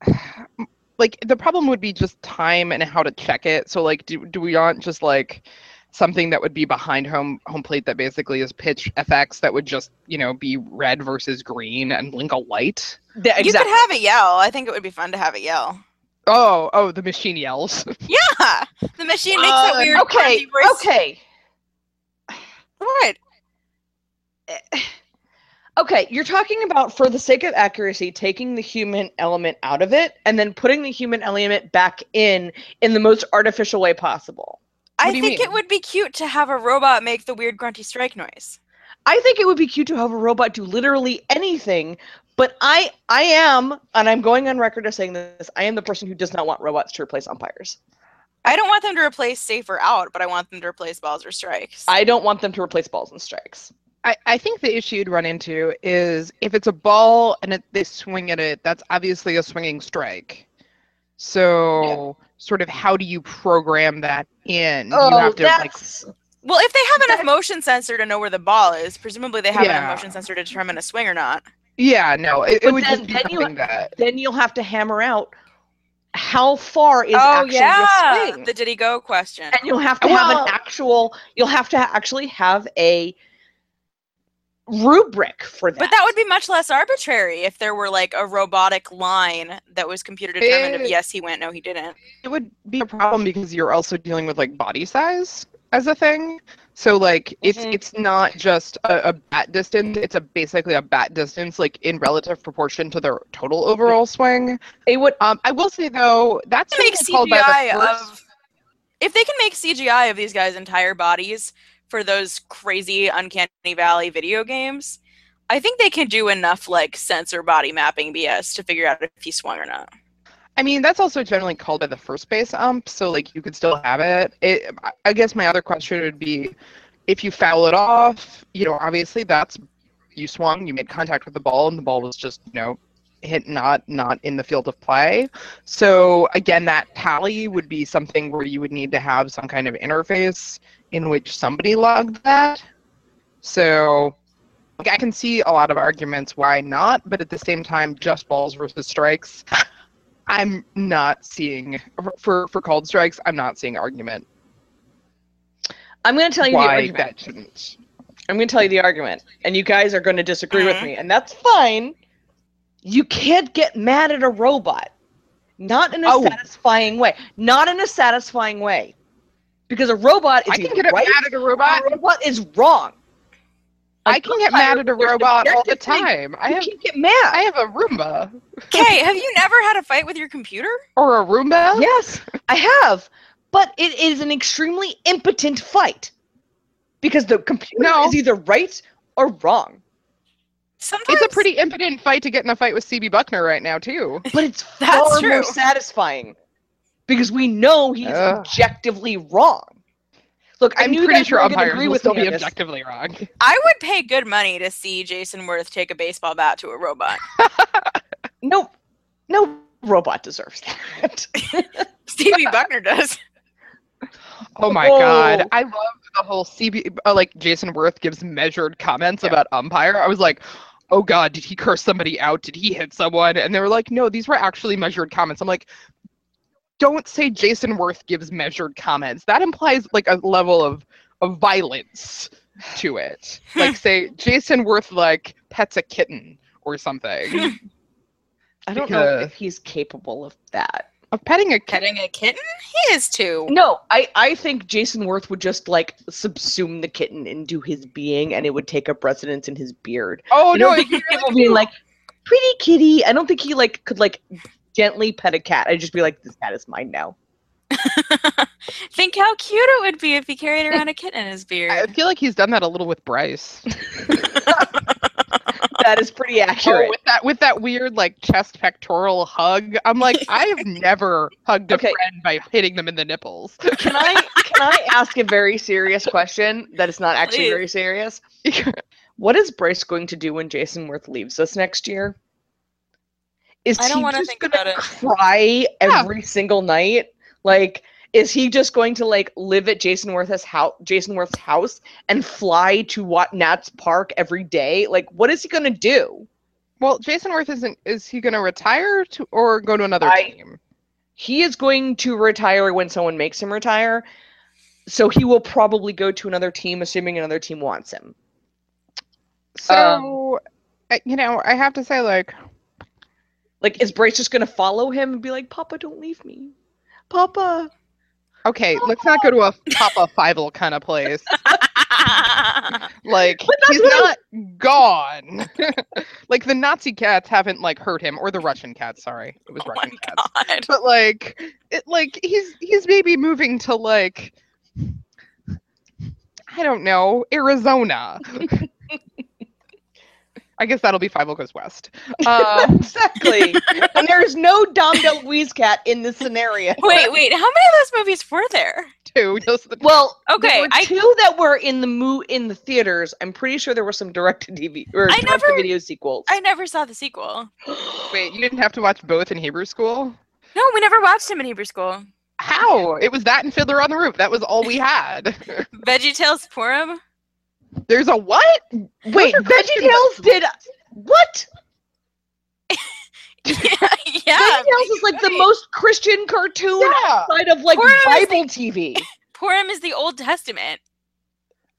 S4: <sighs> Like the problem would be just time and how to check it. So like, do do we want just like something that would be behind home home plate that basically is pitch FX that would just you know be red versus green and blink a light.
S2: Yeah, exactly.
S3: have it yell. I think it would be fun to have it yell. <laughs>
S4: Oh oh, the machine yells. <laughs>
S3: Yeah, the machine makes
S2: Um,
S3: that weird
S2: okay,
S3: grungy voice.
S2: okay,
S3: What?
S2: okay. You're talking about, for the sake of accuracy, taking the human element out of it and then putting the human element back in in the most artificial way possible.
S3: I
S4: What do you
S3: think
S4: mean?
S3: it would be cute to have a robot make the weird grunty strike noise.
S2: I think it would be cute to have a robot do literally anything, but I I am, and I'm going on record as saying this, I am the person who does not want robots to replace umpires.
S3: I don't want them to replace safe or out, but I want them to replace balls or strikes.
S2: I don't want them to replace balls and strikes.
S4: I, I think the issue you'd run into is if it's a ball and it, they swing at it, that's obviously a swinging strike. So, sort of, how do you program that in? you
S2: Oh,
S4: have to like,
S3: well, if they have enough
S2: That-
S3: motion sensor to know where the ball is, presumably they have
S4: Yeah.
S3: enough motion sensor to determine a swing or not.
S4: yeah, no, it, it
S2: But
S4: would
S2: then-
S4: just be
S2: then you-
S4: something that.
S2: then you'll have to hammer out how far
S4: Oh,
S2: is actually a swing.
S3: Oh, the did he go question.
S2: and you'll have to have
S4: Well-
S2: an actual you'll have to actually have a rubric for that.
S3: But that would be much less arbitrary if there were like a robotic line that was computer determined
S4: Eh.
S3: of yes, he went, no, he didn't.
S4: it would be a problem because you're also dealing with like body size as a thing. So like it's
S2: Mhm.
S4: it's not just a, a bat distance; it's a basically a bat distance, like in relative proportion to their total overall swing.
S2: it would
S4: Um, I will say though, that's
S3: They Make
S4: something called by the
S3: CGI
S4: first-
S3: of if they can make CGI of these guys' entire bodies for those crazy uncanny valley video games, I think they can do enough like sensor body mapping BS to figure out if he swung
S2: <laughs>
S3: or not.
S4: I mean, that's also generally called by the first base ump, so like you could still have it. it. I- I guess my other question would be, if you foul it off, you know, obviously that's you swung, you made contact with the ball, and the ball was just you know hit not not in the field of play. So again, that tally would be something where you would need to have some kind of interface in which somebody logged that. So. Like I can see a lot of arguments why not, but at the same time, just balls versus strikes, I'm not seeing for for called strikes. I'm not seeing argument
S2: I'm going to tell you the
S4: why
S2: argument.
S4: that shouldn't.
S2: I'm going to tell you the argument, and you guys are going to disagree with
S4: Uh-huh.
S3: Mhm.
S2: me, and that's fine. You can't get mad at a robot, not in a
S4: Oh.
S2: satisfying way, not in a satisfying way, because a robot is
S4: I can
S2: either
S4: get
S2: right,
S4: mad at a
S2: or
S4: robot.
S2: a robot is wrong.
S4: I can get mad at a robot all the time. I
S2: You
S4: have
S2: can't get mad.
S4: I have a Roomba
S3: Kay, have you never had a fight with your computer?
S4: or a Roomba. <laughs>
S2: Yes, I have, but it is an extremely impotent fight because the computer
S4: No.
S2: is either right or wrong,
S3: Sometimes
S4: It's a pretty impotent fight to get in a fight with CB Buckner right now too.
S2: but it's
S3: That's
S2: far
S3: true.
S2: more satisfying because we know he's
S4: Ugh.
S2: objectively wrong. Look, I
S4: I'm
S2: knew you
S4: pretty
S2: guys
S4: sure
S2: weren't gonna
S4: umpires
S2: agree
S4: will
S2: with
S4: still
S2: me
S4: be
S2: on this.
S4: objectively wrong.
S3: I would pay good money to see Jason Worth take a baseball bat to a robot. <laughs>
S2: No, no robot deserves that. <laughs>
S3: Stevie Buckner does.
S4: Oh my god,
S2: Oh.
S4: I love the whole CB uh, like Jason Worth gives measured comments about umpire. I was like, "Oh god, did he curse somebody out? Did he hit someone?" And they were like, "No, these were actually measured comments." I'm like, "Don't say Jason Worth gives measured comments. That implies like a level of of violence to it. Like say Jason Worth like pets a kitten or something.
S2: I don't know
S4: Because-
S2: if he's capable of that.
S4: of petting a kitten.
S3: Petting a kitten? He is too.
S2: No, I, I think Jason Worth would just like subsume the kitten into his being and it would take up residence in his beard.
S4: Oh
S2: I
S4: no,
S2: don't think
S4: he
S2: people being like, pretty kitty. I don't think he like could like gently pet a cat. I'd just be like, this cat is mine now.
S3: Think how cute it would be if he carried around a kitten in his
S4: I <laughs>
S3: beard. <laughs>
S4: feel like he's done that a little with Bryce.
S2: That is pretty
S4: Oh,
S2: accurate.
S4: with that with that weird like chest pectoral hug.
S2: <laughs>
S4: I'm like, I have never hugged a
S2: Okay.
S4: friend by hitting them in the nipples.
S2: can I can I ask a very serious question that is not actually
S3: Please.
S2: very serious? <laughs> What is Bryce going to do when Jason Worth leaves us next year? Is
S3: I don't
S2: he
S3: wanna
S2: just
S3: think
S2: gonna
S3: about it.
S2: cry every single night? Like, is he just going to like live at Jason Worth's house, Jason Worth's house, and fly to Wat Nats Park every day? Like, what is he gonna do?
S4: well, Jason Worth isn't is he gonna retire to or go to another
S2: I-
S4: team?
S2: He is going to retire when someone makes him retire, so he will probably go to another team, assuming another team wants him. um,
S4: So I you know, I have to say like
S2: Like, is Bryce just gonna follow him and be like, "Papa, don't leave me, <laughs> Papa"?
S4: okay, let's not go to a Papa Fivel kind of place. Like
S2: But that's
S4: he's
S2: what I
S4: not gone. <laughs> like the Nazi cats haven't like hurt him or the Russian cats, sorry. It was
S3: oh my
S4: Russian cats.
S3: god.
S4: but like it like he's he's maybe moving to like I don't know, Arizona. I guess that'll be Five Goes West.
S2: Uh, <laughs>
S4: Um,
S2: Exactly. and there is no Dom DeLuise cat in this scenario.
S3: Wait, wait, how many of those movies were there?
S4: two. Those are the-
S2: Well,
S3: Okay,
S2: there were
S3: I-
S2: two that were in the mo- in the theaters. I'm pretty sure there were some direct to DVD or
S3: I
S2: direct to
S3: never-
S2: video sequels.
S3: I never saw the sequel.
S4: <laughs> wait, you didn't have to watch both in Hebrew school?
S3: No, we never watched him in Hebrew school.
S4: How? It was that and Fiddler on the Roof. That was all we had. <laughs>
S3: Veggie Tales Purim? <laughs>
S4: There's a what?
S2: Wait, VeggieTales did what?
S3: yeah.
S2: VeggieTales is like the
S3: right.
S2: most Christian cartoon
S4: Yeah.
S2: outside of like
S3: Whereas
S2: Bible TV.
S3: Purim is the Old Testament.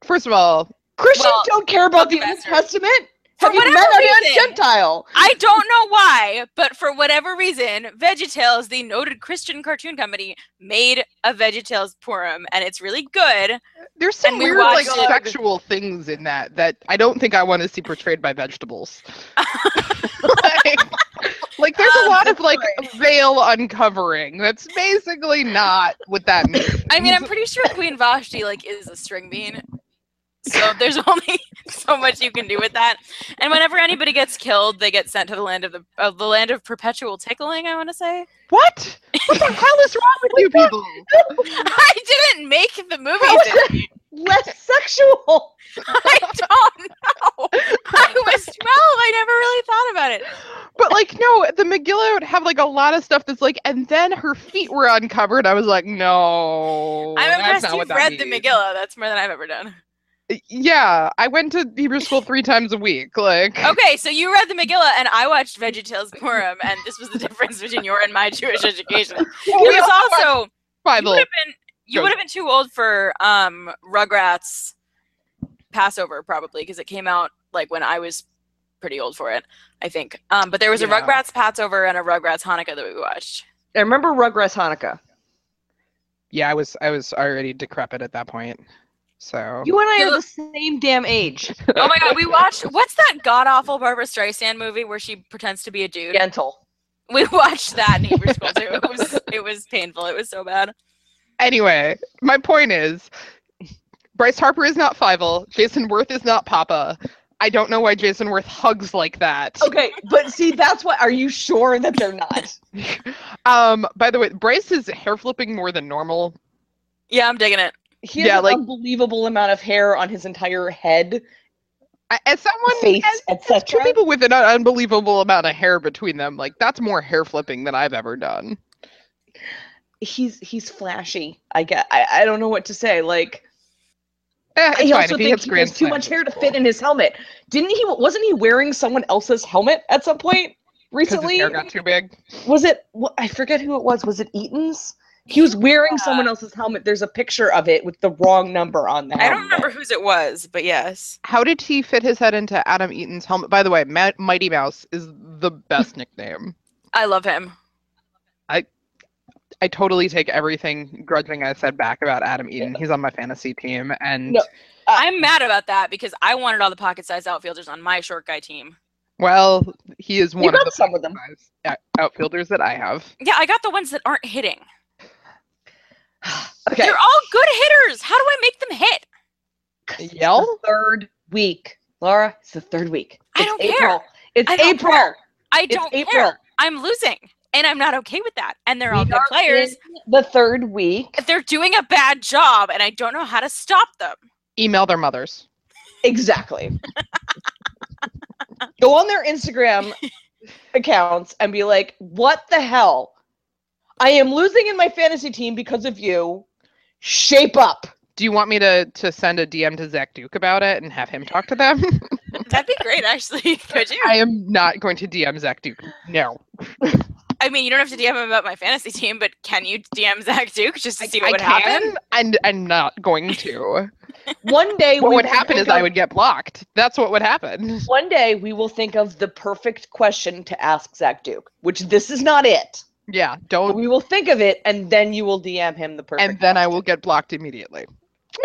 S4: First of all,
S2: Christians
S3: Well,
S2: don't care about the Old
S3: professor.
S2: Testament.
S3: For
S2: Have you met
S3: whatever
S2: a
S3: reason-
S2: Gentile?
S3: I don't know why, but for whatever reason, VeggieTales, the noted Christian cartoon company, made a VeggieTales Purim, and it's really good.
S4: There's some
S3: And we
S4: weird like
S3: watched
S2: it.
S4: sexual things in that that I don't think I want to see portrayed by
S3: <laughs>
S4: vegetables. like, like, there's a
S3: Um,
S4: lot of like
S2: right.
S4: veil uncovering. That's basically not what that
S3: <laughs>
S4: means.
S3: I mean, I'm pretty sure Queen Vashti like is a string bean. So there's <laughs> only so much you can do with that. And whenever anybody gets killed, they get sent to the land of the of the land of perpetual tickling, I want to say.
S4: what? What the hell is wrong with you people?
S3: I didn't make the movie.
S2: How is that less sexual?
S3: I don't know. I was 12. I never really thought about it.
S4: But like, no, the Megillah would have like a lot of stuff that's like, and then her feet were uncovered. I was like,
S3: I'm
S4: no. that's
S3: impressed
S4: not what
S3: you've
S4: that
S3: read the
S4: means.
S3: Megillah. That's more than I've ever done.
S4: Yeah, I went to Hebrew school three times a week. Like,
S3: Okay, so you read the Megillah and I watched VeggieTales Purim, and this was the <laughs> difference between your and my Jewish
S4: <laughs>
S3: education. It
S4: well, we
S3: was
S4: all watched
S3: also you
S4: Bible.
S3: would have been you
S4: Go.
S3: would have been too old for um Rugrats Passover probably because it came out like when I was pretty old for it, I think. Um, but there was a
S4: Yeah.
S3: Rugrats Passover and a Rugrats Hanukkah that we
S4: <laughs>
S3: watched.
S2: I remember Rugrats Hanukkah.
S4: Yeah, I was I was already decrepit at that point. So
S2: You and I
S3: You
S2: are the
S3: look-
S2: same damn age.
S3: Oh my god, we watched what's that god awful Barbara Streisand movie where she pretends to be a dude?
S2: Gentle.
S3: We <laughs> watched that in Hebrew school too. It
S4: <laughs>
S3: was it was painful. It was so bad.
S4: anyway, my point is Bryce Harper is not Fievel, Jason Worth is not Papa. I don't know why Jason Worth hugs like that.
S2: Okay, but see, that's what. Are you sure that they're not?
S4: Um, by the way, Bryce is hair flipping more than normal.
S3: Yeah, I'm digging it.
S2: He has
S4: Yeah,
S2: an
S4: like-
S2: unbelievable amount of hair on his entire head,
S4: I- As someone
S2: face,
S4: as, as two
S2: etc.
S4: people with an un- unbelievable amount of hair between them, like that's more hair flipping than I've ever done.
S2: He's he's flashy. I get. I, I don't know what to say. Like
S4: Eh, it's
S2: I
S4: fine
S2: also
S4: if he
S2: think
S4: hits
S2: he
S4: grand
S2: has too
S4: slams,
S2: much
S4: it's
S2: hair to
S4: cool.
S2: fit in his helmet. Didn't he? Wasn't he wearing someone else's helmet at some point
S4: 'Cause his
S2: recently?
S4: hair got too big.
S2: was it wh- i forget who it was was it eaton's he was wearing someone else's helmet there's a picture of it with the wrong number on the
S3: I don't
S2: helmet.
S3: remember whose it was, but yes.
S4: How did he fit his head into Adam Eaton's helmet? By the way, Ma- Mighty Mouse is the best nickname.
S3: I love him.
S4: I totally take everything grudging I said back about Adam Eaton. He's on my fantasy team, and
S2: No. Uh,
S3: I'm mad about that because I wanted all the pocket sized outfielders on my short guy team.
S4: well, he is one of
S2: got
S4: the
S2: some of them.
S4: guys- uh, outfielders that I have.
S3: Yeah, I got the ones that aren't hitting.
S2: okay
S3: They're all good hitters. How do I make them hit?
S4: Uh, Yell?
S2: third week laura it's the third week
S3: I
S2: It's
S3: don't care.
S2: april. it's
S3: I don't
S2: april
S3: care. I
S2: it's
S3: don't
S2: april
S3: care. I'm losing, and I'm not okay with that. And they're all
S2: We
S3: good
S2: are
S3: players.
S2: in the third week
S3: They're doing a bad job, and I don't know how to stop them.
S4: Email their mothers.
S3: <laughs>
S2: exactly go on their instagram accounts and be like what the hell i am losing in my fantasy team because of you shape up
S4: Do you want me to to send a DM to Zach Duke about it and have him talk to them? <laughs>
S3: That'd be
S2: <laughs>
S3: great, actually. <laughs> Could you?
S4: I am not going to DM Zach Duke. No,
S3: I mean, you don't have to DM him about my fantasy team, but can you DM Zach Duke just to see what
S4: I
S3: would
S4: can,
S3: happen?
S4: and I'm not going to.
S2: One day,
S4: what
S2: we
S4: would
S2: will
S4: happen
S2: think
S4: is I
S2: of-
S4: would get blocked. That's what would happen.
S2: One day, we will think of the perfect question to ask Zach Duke, which this is not it.
S4: Yeah,
S2: But
S4: don't.
S2: we will think of it, and then you will DM him the perfect.
S4: And then I will get blocked immediately.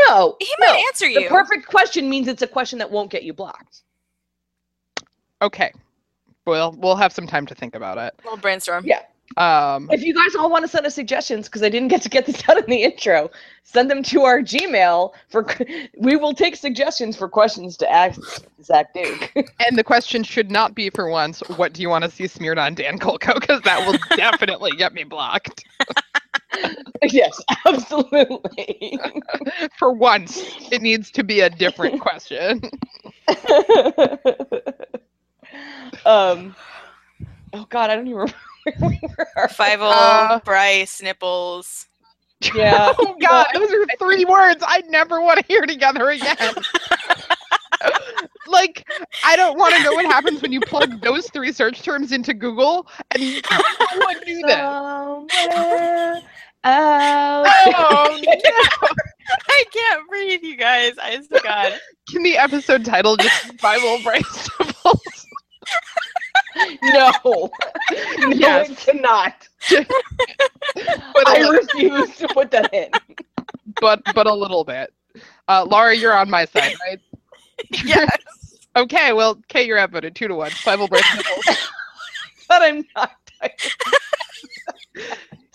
S2: No,
S3: He
S2: no.
S3: might answer you.
S2: The perfect question means it's a question that won't get you blocked.
S4: Okay. Well, we'll have some time to think about it.
S3: We'll brainstorm.
S2: Yeah. <laughs>
S4: Um,
S2: If you guys all want to send us suggestions, because I didn't get to get this <laughs> out in the intro, send them to our Gmail. For <laughs> we will take suggestions for questions to ask Zach Duke. <laughs>
S4: and the question should not be for once, what do you want to see smeared on Dan Colco? Because that will definitely get me blocked.
S2: yes, absolutely. <laughs>
S4: For once, it needs to be a different question.
S2: um, oh God, I don't even <laughs> remember. Where we were.
S3: Fivel,
S4: Uh,
S3: Bryce, Nipples.
S2: Yeah.
S4: <laughs> oh God, those are three words I never want to hear together again. <laughs> like, I don't want to know what happens when you plug those three search terms into Google and <laughs> no one
S2: <laughs>
S4: knew that.
S2: Somewhere out
S4: <laughs> Oh,
S3: <laughs> I can't breathe, you guys. I swear to <laughs> God.
S4: Can the episode title just be Bible Bracetables?
S2: No, <laughs> no,
S4: Yes.
S2: it cannot.
S4: but, a
S2: I
S4: li-
S2: <laughs> refuse to put that in.
S4: but but a little bit. Uh, Laura, you're on my side, right?
S3: Yes.
S4: <laughs> Okay, well, Kate, you're outvoted two to one. Bible Bracetables.
S2: But I'm not.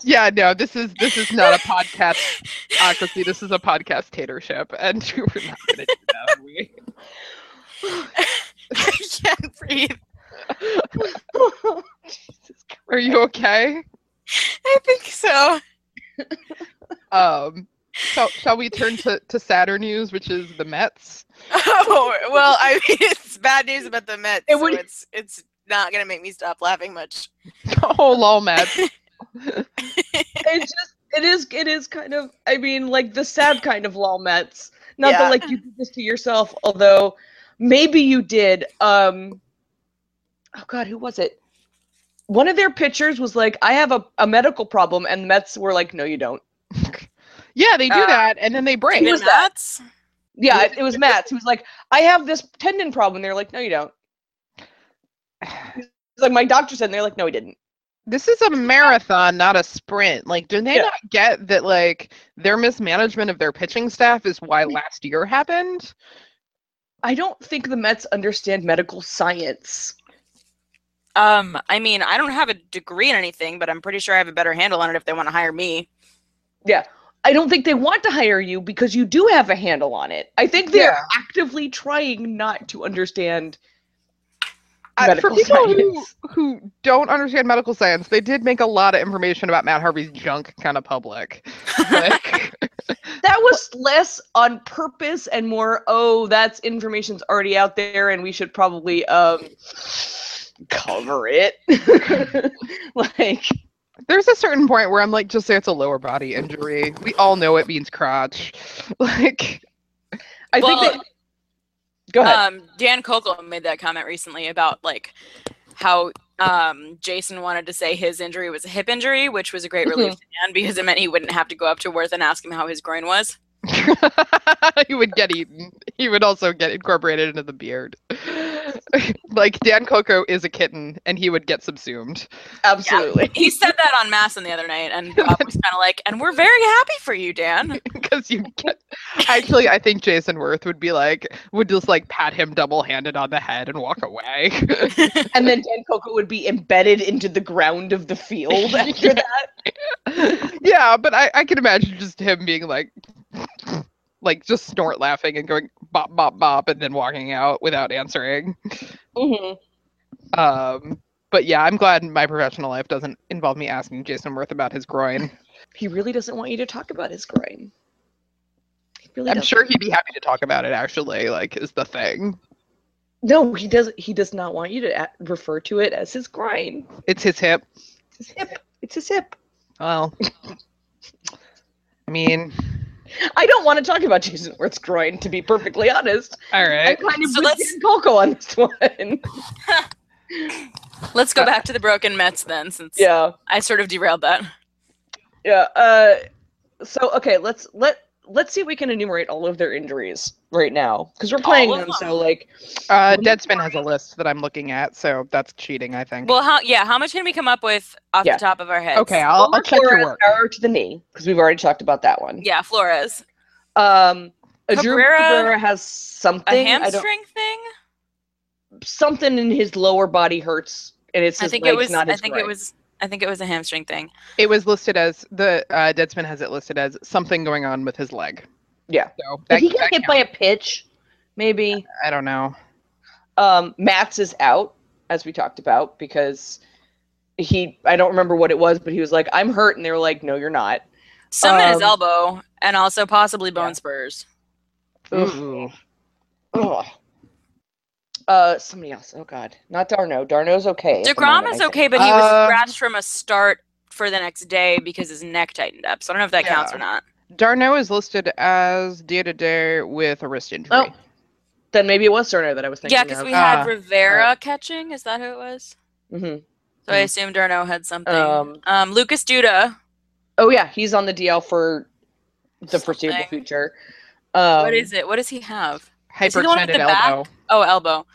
S4: yeah, no, this is this is not a podcast ocracy. This is a podcast tatership, and <laughs> we're not gonna do that. Are we?
S3: <laughs> I can't breathe.
S2: Jesus Christ.
S4: Are you okay?
S3: I think so. <laughs>
S4: Um, shall, shall we turn to, to sadder news, which is the Mets? <laughs>
S3: Oh well, I mean, <laughs> it's bad news about the Mets.
S2: It
S3: so
S2: would-
S3: it's it's not gonna make me stop laughing much.
S4: Oh, lol, Mets.
S2: It just it is it is kind of I mean like the sad kind of lol Mets. Not
S3: Yeah.
S2: that like you did this to yourself, although maybe you did. Um oh god, who was it? One of their pitchers was like, I have a, a medical problem, and the Mets were like, No, you don't.
S4: Yeah, they do
S3: Uh,
S4: that, and then they break.
S2: was
S3: The
S2: that?
S3: Mets?
S2: Yeah, it, it was Mats. He was like, I have this tendon problem. They're like, No, you don't. <sighs> It's like my doctor said, and they're like, No, he didn't.
S4: This is a marathon, not a sprint. Like, do they
S2: Yeah.
S4: not get that? Like, their mismanagement of their pitching staff is
S2: Mm.
S4: why last year happened.
S2: I don't think the Mets understand medical science.
S3: Um, I mean, I don't have a degree in anything, but I'm pretty sure I have a better handle on it if they want to hire me.
S2: I don't think they want to hire you because you do have a handle on it. I think they're actively trying not to understand.
S4: Uh, for
S2: medical
S4: people who,
S2: science. <laughs>
S4: who don't understand medical science, they did make a lot of information about Matt Harvey's junk kind of public. Like,
S2: <laughs>
S4: <laughs>
S2: That was less on purpose and more, oh, that's information's already out there and we should probably um cover it. <laughs> like
S4: there's a certain point where I'm like, just say it's a lower body injury. We all know it means crotch. <laughs> Like,
S2: I
S3: Well,
S2: think that Go ahead.
S3: Um, Dan Kokel made that comment recently about like how um, Jason wanted to say his injury was a hip injury, which was a great relief
S2: Mm-hmm.
S3: to Dan because it meant he wouldn't have to go up to Worth and ask him how his groin was.
S4: <laughs> he would get eaten. He would also get incorporated into the beard. <laughs> like Dan Coco is a kitten, and he would get subsumed. <laughs>
S2: Absolutely.
S3: He said that on Mass the other night, and Bob
S2: <laughs>
S3: was kind of like, "And we're very happy for you, Dan."
S4: Because you get. Actually, I think Jason Worth would be like, would just like pat him double-handed on the head and walk away. <laughs>
S2: And then Dan Coco would be embedded into the ground of the field <laughs> after
S4: Yeah.
S2: that.
S4: yeah, but I, I can imagine just him being like, like just snort laughing and going bop bop bop, and then walking out without answering.
S2: Mhm.
S4: Um, but yeah, I'm glad my professional life doesn't involve me asking Jason Worth about his groin.
S2: He really doesn't want you to talk about his groin. He really
S4: I'm
S2: doesn't.
S4: sure he'd be happy to talk about it. Actually, like is the thing.
S2: No, he does. He does not want you to a- refer to it as his groin.
S4: It's his hip.
S2: It's his hip. It's his hip.
S4: Well, I mean,
S2: I don't want to talk about Jason Worth's groin, to be perfectly honest.
S4: all
S2: I'm
S4: right.
S2: kind of
S3: So
S2: with
S3: let's-
S2: Dan Coco on this one. <laughs>
S3: Let's go back to the broken Mets then, since
S2: yeah,
S3: I sort of derailed that.
S2: yeah. Uh, so okay, let's let let's see if we can enumerate all of their injuries right now because
S4: Oh,
S2: we're playing
S3: of
S2: them.
S3: them.
S2: So like,
S4: Uh,
S2: Let me
S4: Deadspin has a list that I'm looking at, so that's cheating, I think.
S3: Well, how? Yeah, how much can we come up with off
S2: Yeah.
S3: the top of our heads?
S4: okay, I'll, I'll
S2: Wilmer
S4: check your
S2: Flores,
S4: work.
S2: Power to the knee because we've already talked about that one.
S3: Yeah, Flores.
S2: Um, Drew
S3: Cabrera-
S2: Cabrera has
S3: A
S2: something. I don't-
S3: hamstring thing.
S2: something in his lower body hurts, and it's
S3: I
S2: his
S3: think
S2: legs,
S3: it was.
S2: not
S3: I
S2: his
S3: think
S2: groin.
S3: it was. I think it was a hamstring thing.
S4: It was listed as the uh, Deadspin has it listed as something going on with his leg.
S2: Yeah.
S4: So
S2: Did
S4: that,
S2: he get
S4: that
S2: hit by a pitch? Maybe.
S4: counts. I don't know.
S2: Um, Mats is out, as we talked about, because he. I don't remember what it was, but he was like, "I'm hurt," and they were like, "No, you're not."
S3: Some in his
S2: Um,
S3: elbow, and also possibly bone spurs.
S2: Oof.
S4: Ooh.
S2: Ugh. Uh, somebody else. Oh God, not Darno. Darno's okay. at the
S3: Degrom
S2: moment,
S3: is
S2: I think.
S3: okay, but he was
S4: Um,
S3: scratched from a start for the next day because his neck tightened up. So I don't know if that counts
S4: Yeah.
S3: or not.
S4: Darno is listed as day to day with a wrist injury.
S2: Oh. Then maybe it was Darno that I was thinking.
S3: yeah, because
S2: of.
S3: we had
S4: Ah,
S3: Rivera catching. Is that who it was?
S2: Mhm.
S3: So I assume Darno had something. Um,
S2: Um,
S3: Lucas Duda.
S2: oh yeah, he's on the DL for the foreseeable
S3: Something.
S2: future. Um,
S3: what is it? What does he have? Is he the one with
S4: Hyperextended
S3: the back?
S4: elbow.
S3: Oh, elbow.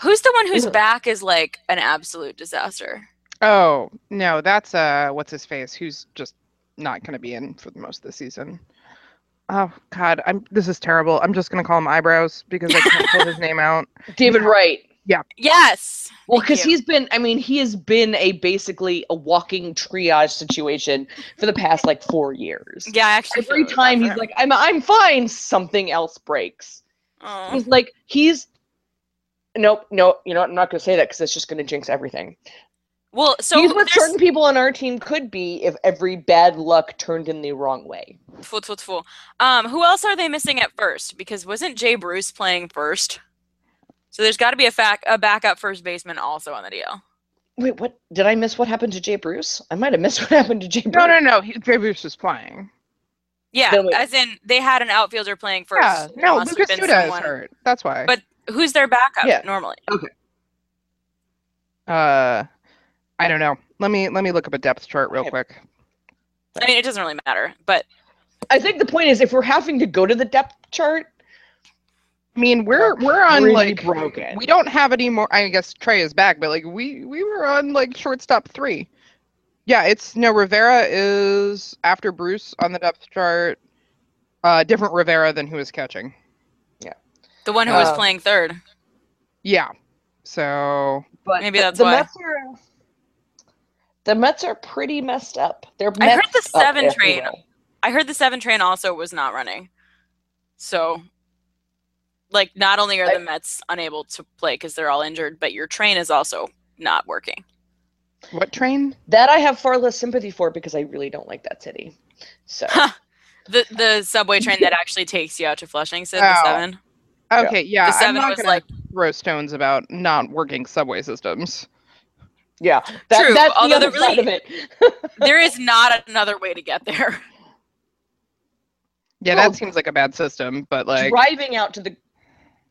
S3: Who's the one whose
S2: Ugh.
S3: back is like an absolute disaster?
S4: Oh no, that's uh, what's his face? Who's just not going to be in for the most of the season. Oh God, I'm. This is terrible. I'm just going to call him eyebrows because I can't pull his name out.
S2: Um, David Wright.
S3: Yes.
S2: Well,
S3: Thank
S2: because
S3: you.
S2: he's been, I mean, he has been a basically a walking triage situation for the past like four years.
S3: Yeah, I actually.
S2: Every
S3: forgot about
S2: time he's
S3: that.
S2: like, I'm, I'm fine, something else breaks.
S3: Oh.
S2: He's like, he's, nope, nope, you know, what, I'm not going to say that because it's just going to jinx everything.
S3: Well, so
S2: he's what
S3: there's-
S2: certain people on our team could be if every bad luck turned in the wrong way.
S3: Tfu, tfu, tfu. Um, who else are they missing at first? Because wasn't Jay Bruce playing first? So there's got to be a fac a backup first baseman also on the DL.
S2: Wait, what? Did I miss what happened to Jay Bruce? I might have missed what <laughs> happened to Jay Bruce.
S4: <laughs> No, no, no. He, Jay Bruce is playing.
S3: Yeah,
S2: Then wait.
S3: as in they had an outfielder playing first.
S4: Yeah.
S3: It
S4: No,
S3: must have
S4: Lucas
S3: been
S4: Duda is
S3: someone-
S4: hurt. That's why.
S3: But Who's their backup
S2: Yeah.
S3: normally?
S4: uh, I don't know. Let me let me look up a depth chart real
S2: Okay.
S4: quick.
S3: I mean, it doesn't really matter, but
S2: I think the point is if we're having to go to the depth chart,
S4: I mean, we're we're on
S2: really
S4: like
S2: broken.
S4: we don't have any more. I guess Trey is back, but like we we were on like shortstop three. Yeah, it's no Rivera is after Bruce on the depth chart. Uh, different Rivera than who was catching.
S3: the one who was
S2: Um,
S3: playing third.
S4: Yeah, so
S2: But
S3: Maybe
S2: the,
S3: that's
S2: the
S3: why.
S2: Mets are the Mets are pretty messed up. They're
S3: I heard
S2: messed
S3: the
S2: up,
S3: seven
S2: if you
S3: train.
S2: will.
S3: I heard the seven train also was not running. So, like, not only are
S2: I-
S3: the Mets unable to play because they're all injured, but your train is also not working.
S4: what train?
S2: That I have far less sympathy for because I really don't like that city. So
S3: The the subway train that actually takes you out to Flushing, Sid, the
S4: Oh.
S3: seven.
S2: Yeah.
S4: Okay, yeah,
S3: The
S4: I'm
S3: seven
S4: not
S3: was
S4: gonna
S3: like,
S4: throw stones about not working subway systems.
S2: yeah, that,
S3: True,
S2: that's the
S3: although
S2: other
S3: they're
S2: side of it.
S3: there is not another way to get
S4: <laughs>
S3: there.
S4: Yeah,
S2: Well-
S4: that seems like a bad system, but like <laughs>
S2: Driving out to the,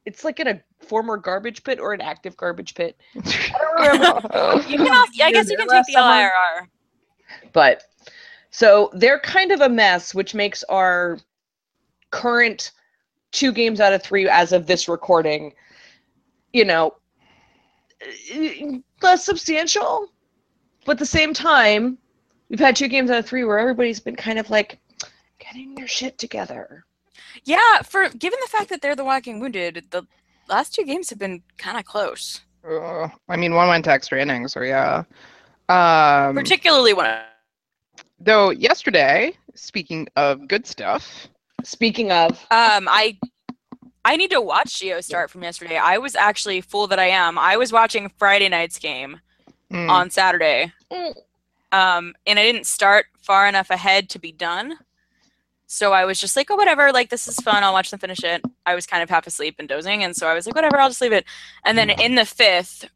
S2: it's like in a former garbage pit or an active garbage pit. I don't
S4: <laughs>
S2: remember.
S3: You can also, I guess you can take the LIRR.
S2: but so they're kind of a mess, which makes our current two games out of three as of this recording, you know, uh, less substantial. But at the same time, we've had two games out of three where everybody's been kind of like getting their shit together.
S3: Yeah, for given the fact that they're the walking wounded, the last two games have been kind of close,
S4: Ugh. Uh, I mean, one went to extra innings, or yeah. Um,
S3: particularly when.
S4: though yesterday, speaking of good stuff,
S2: Speaking of,
S3: Um, I I need to watch Geo start from yesterday. I was actually fool that I am. I was watching Friday night's game
S4: mm,
S3: on Saturday,
S2: Mm.
S3: um, and I didn't start far enough ahead to be done. So I was just like, oh, whatever. Like this is fun. I'll watch them finish it. I was kind of half asleep and dozing, and so I was like, whatever. I'll just leave it. And then in the fifth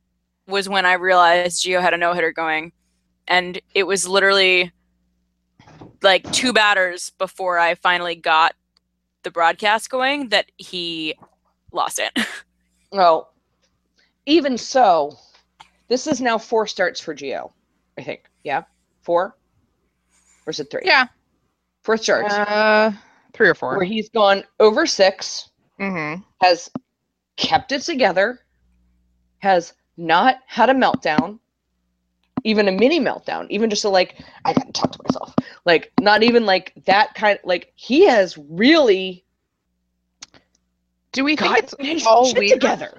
S3: was when I realized Geo had a no hitter going, and it was literally like two batters before I finally got the broadcast going that he lost it.
S2: oh, even so, this is now four starts for Geo, I think. Yeah? Four? Or is it three?
S4: yeah,
S2: Four starts.
S4: uh, three or 4
S2: where he's gone over six,
S4: Mm-hmm.
S2: has kept it together, has not had a meltdown, even a mini meltdown, even just a like, I gotta talk to myself. Like, not even like that kind like he has really
S4: Do we think
S2: got
S4: it's
S2: his
S4: all
S2: shit
S4: weird?
S2: together.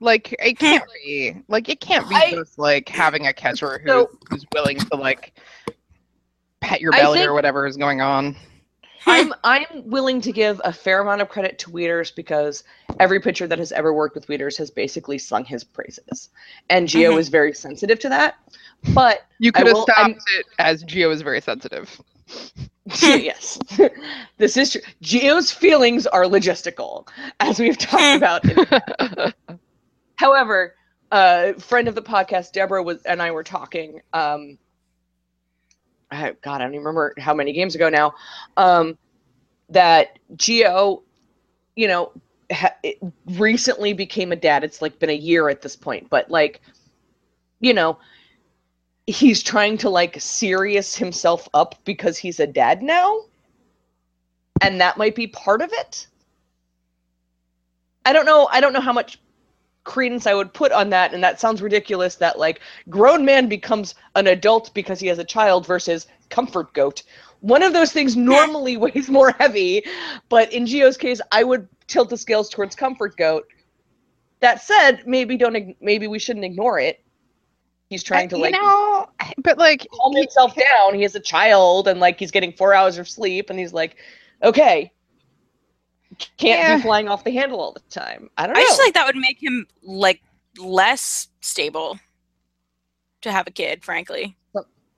S4: like it can't be like it can't be
S2: I-
S4: just like having a catcher who
S2: So-
S4: who's willing to like pat your
S2: I
S4: belly
S2: think-
S4: or whatever is going on.
S2: <laughs> I'm I'm willing to give a fair amount of credit to Weeders because every pitcher that has ever worked with Weeders has basically sung his praises. And Gio
S3: Mhm.
S2: is very sensitive to that. But
S4: You
S2: I
S4: could have
S2: will-
S4: stopped
S2: I'm-
S4: it as Geo is very sensitive.
S2: yes, <laughs> this is true. Geo's feelings are logistical, as we've talked about. in- However, a friend of the podcast, Deborah was, and I were talking. Um, I, God, I don't even remember how many games ago now. Um, that Geo, you know, ha- it recently became a dad. It's like been a year at this point, but like, you know, he's trying to like serious himself up because he's a dad now and that might be part of it. I don't know. I don't know how much credence I would put on that, and that sounds ridiculous. That like grown man becomes an adult because he has a child versus comfort goat. One of those things normally <laughs> weighs more heavy, but in Geo's case, I would tilt the scales towards comfort goat. That said, maybe don't ig- maybe we shouldn't ignore it. He's trying to
S4: Uh, you
S2: like
S4: know, but like
S2: calm himself down. He has a child and like he's getting four hours of sleep and he's like, okay, can't
S4: Yeah.
S2: be flying off the handle all the time. I don't know.
S3: I just like that would make him like less stable to have a kid, frankly.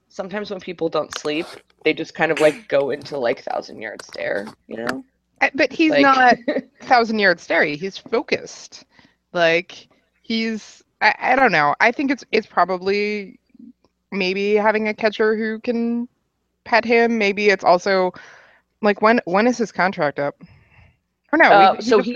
S2: Sometimes when people don't sleep, they just kind of like go into like thousand yard stare, you know?
S4: I- but he's
S2: Like- <laughs>
S4: not thousand yard starry. He's focused. Like he's I, I don't know. I think it's it's probably maybe having a catcher who can pet him. Maybe it's also like when when is his contract up? Or no, we-
S2: Uh,
S4: we
S2: so
S4: just-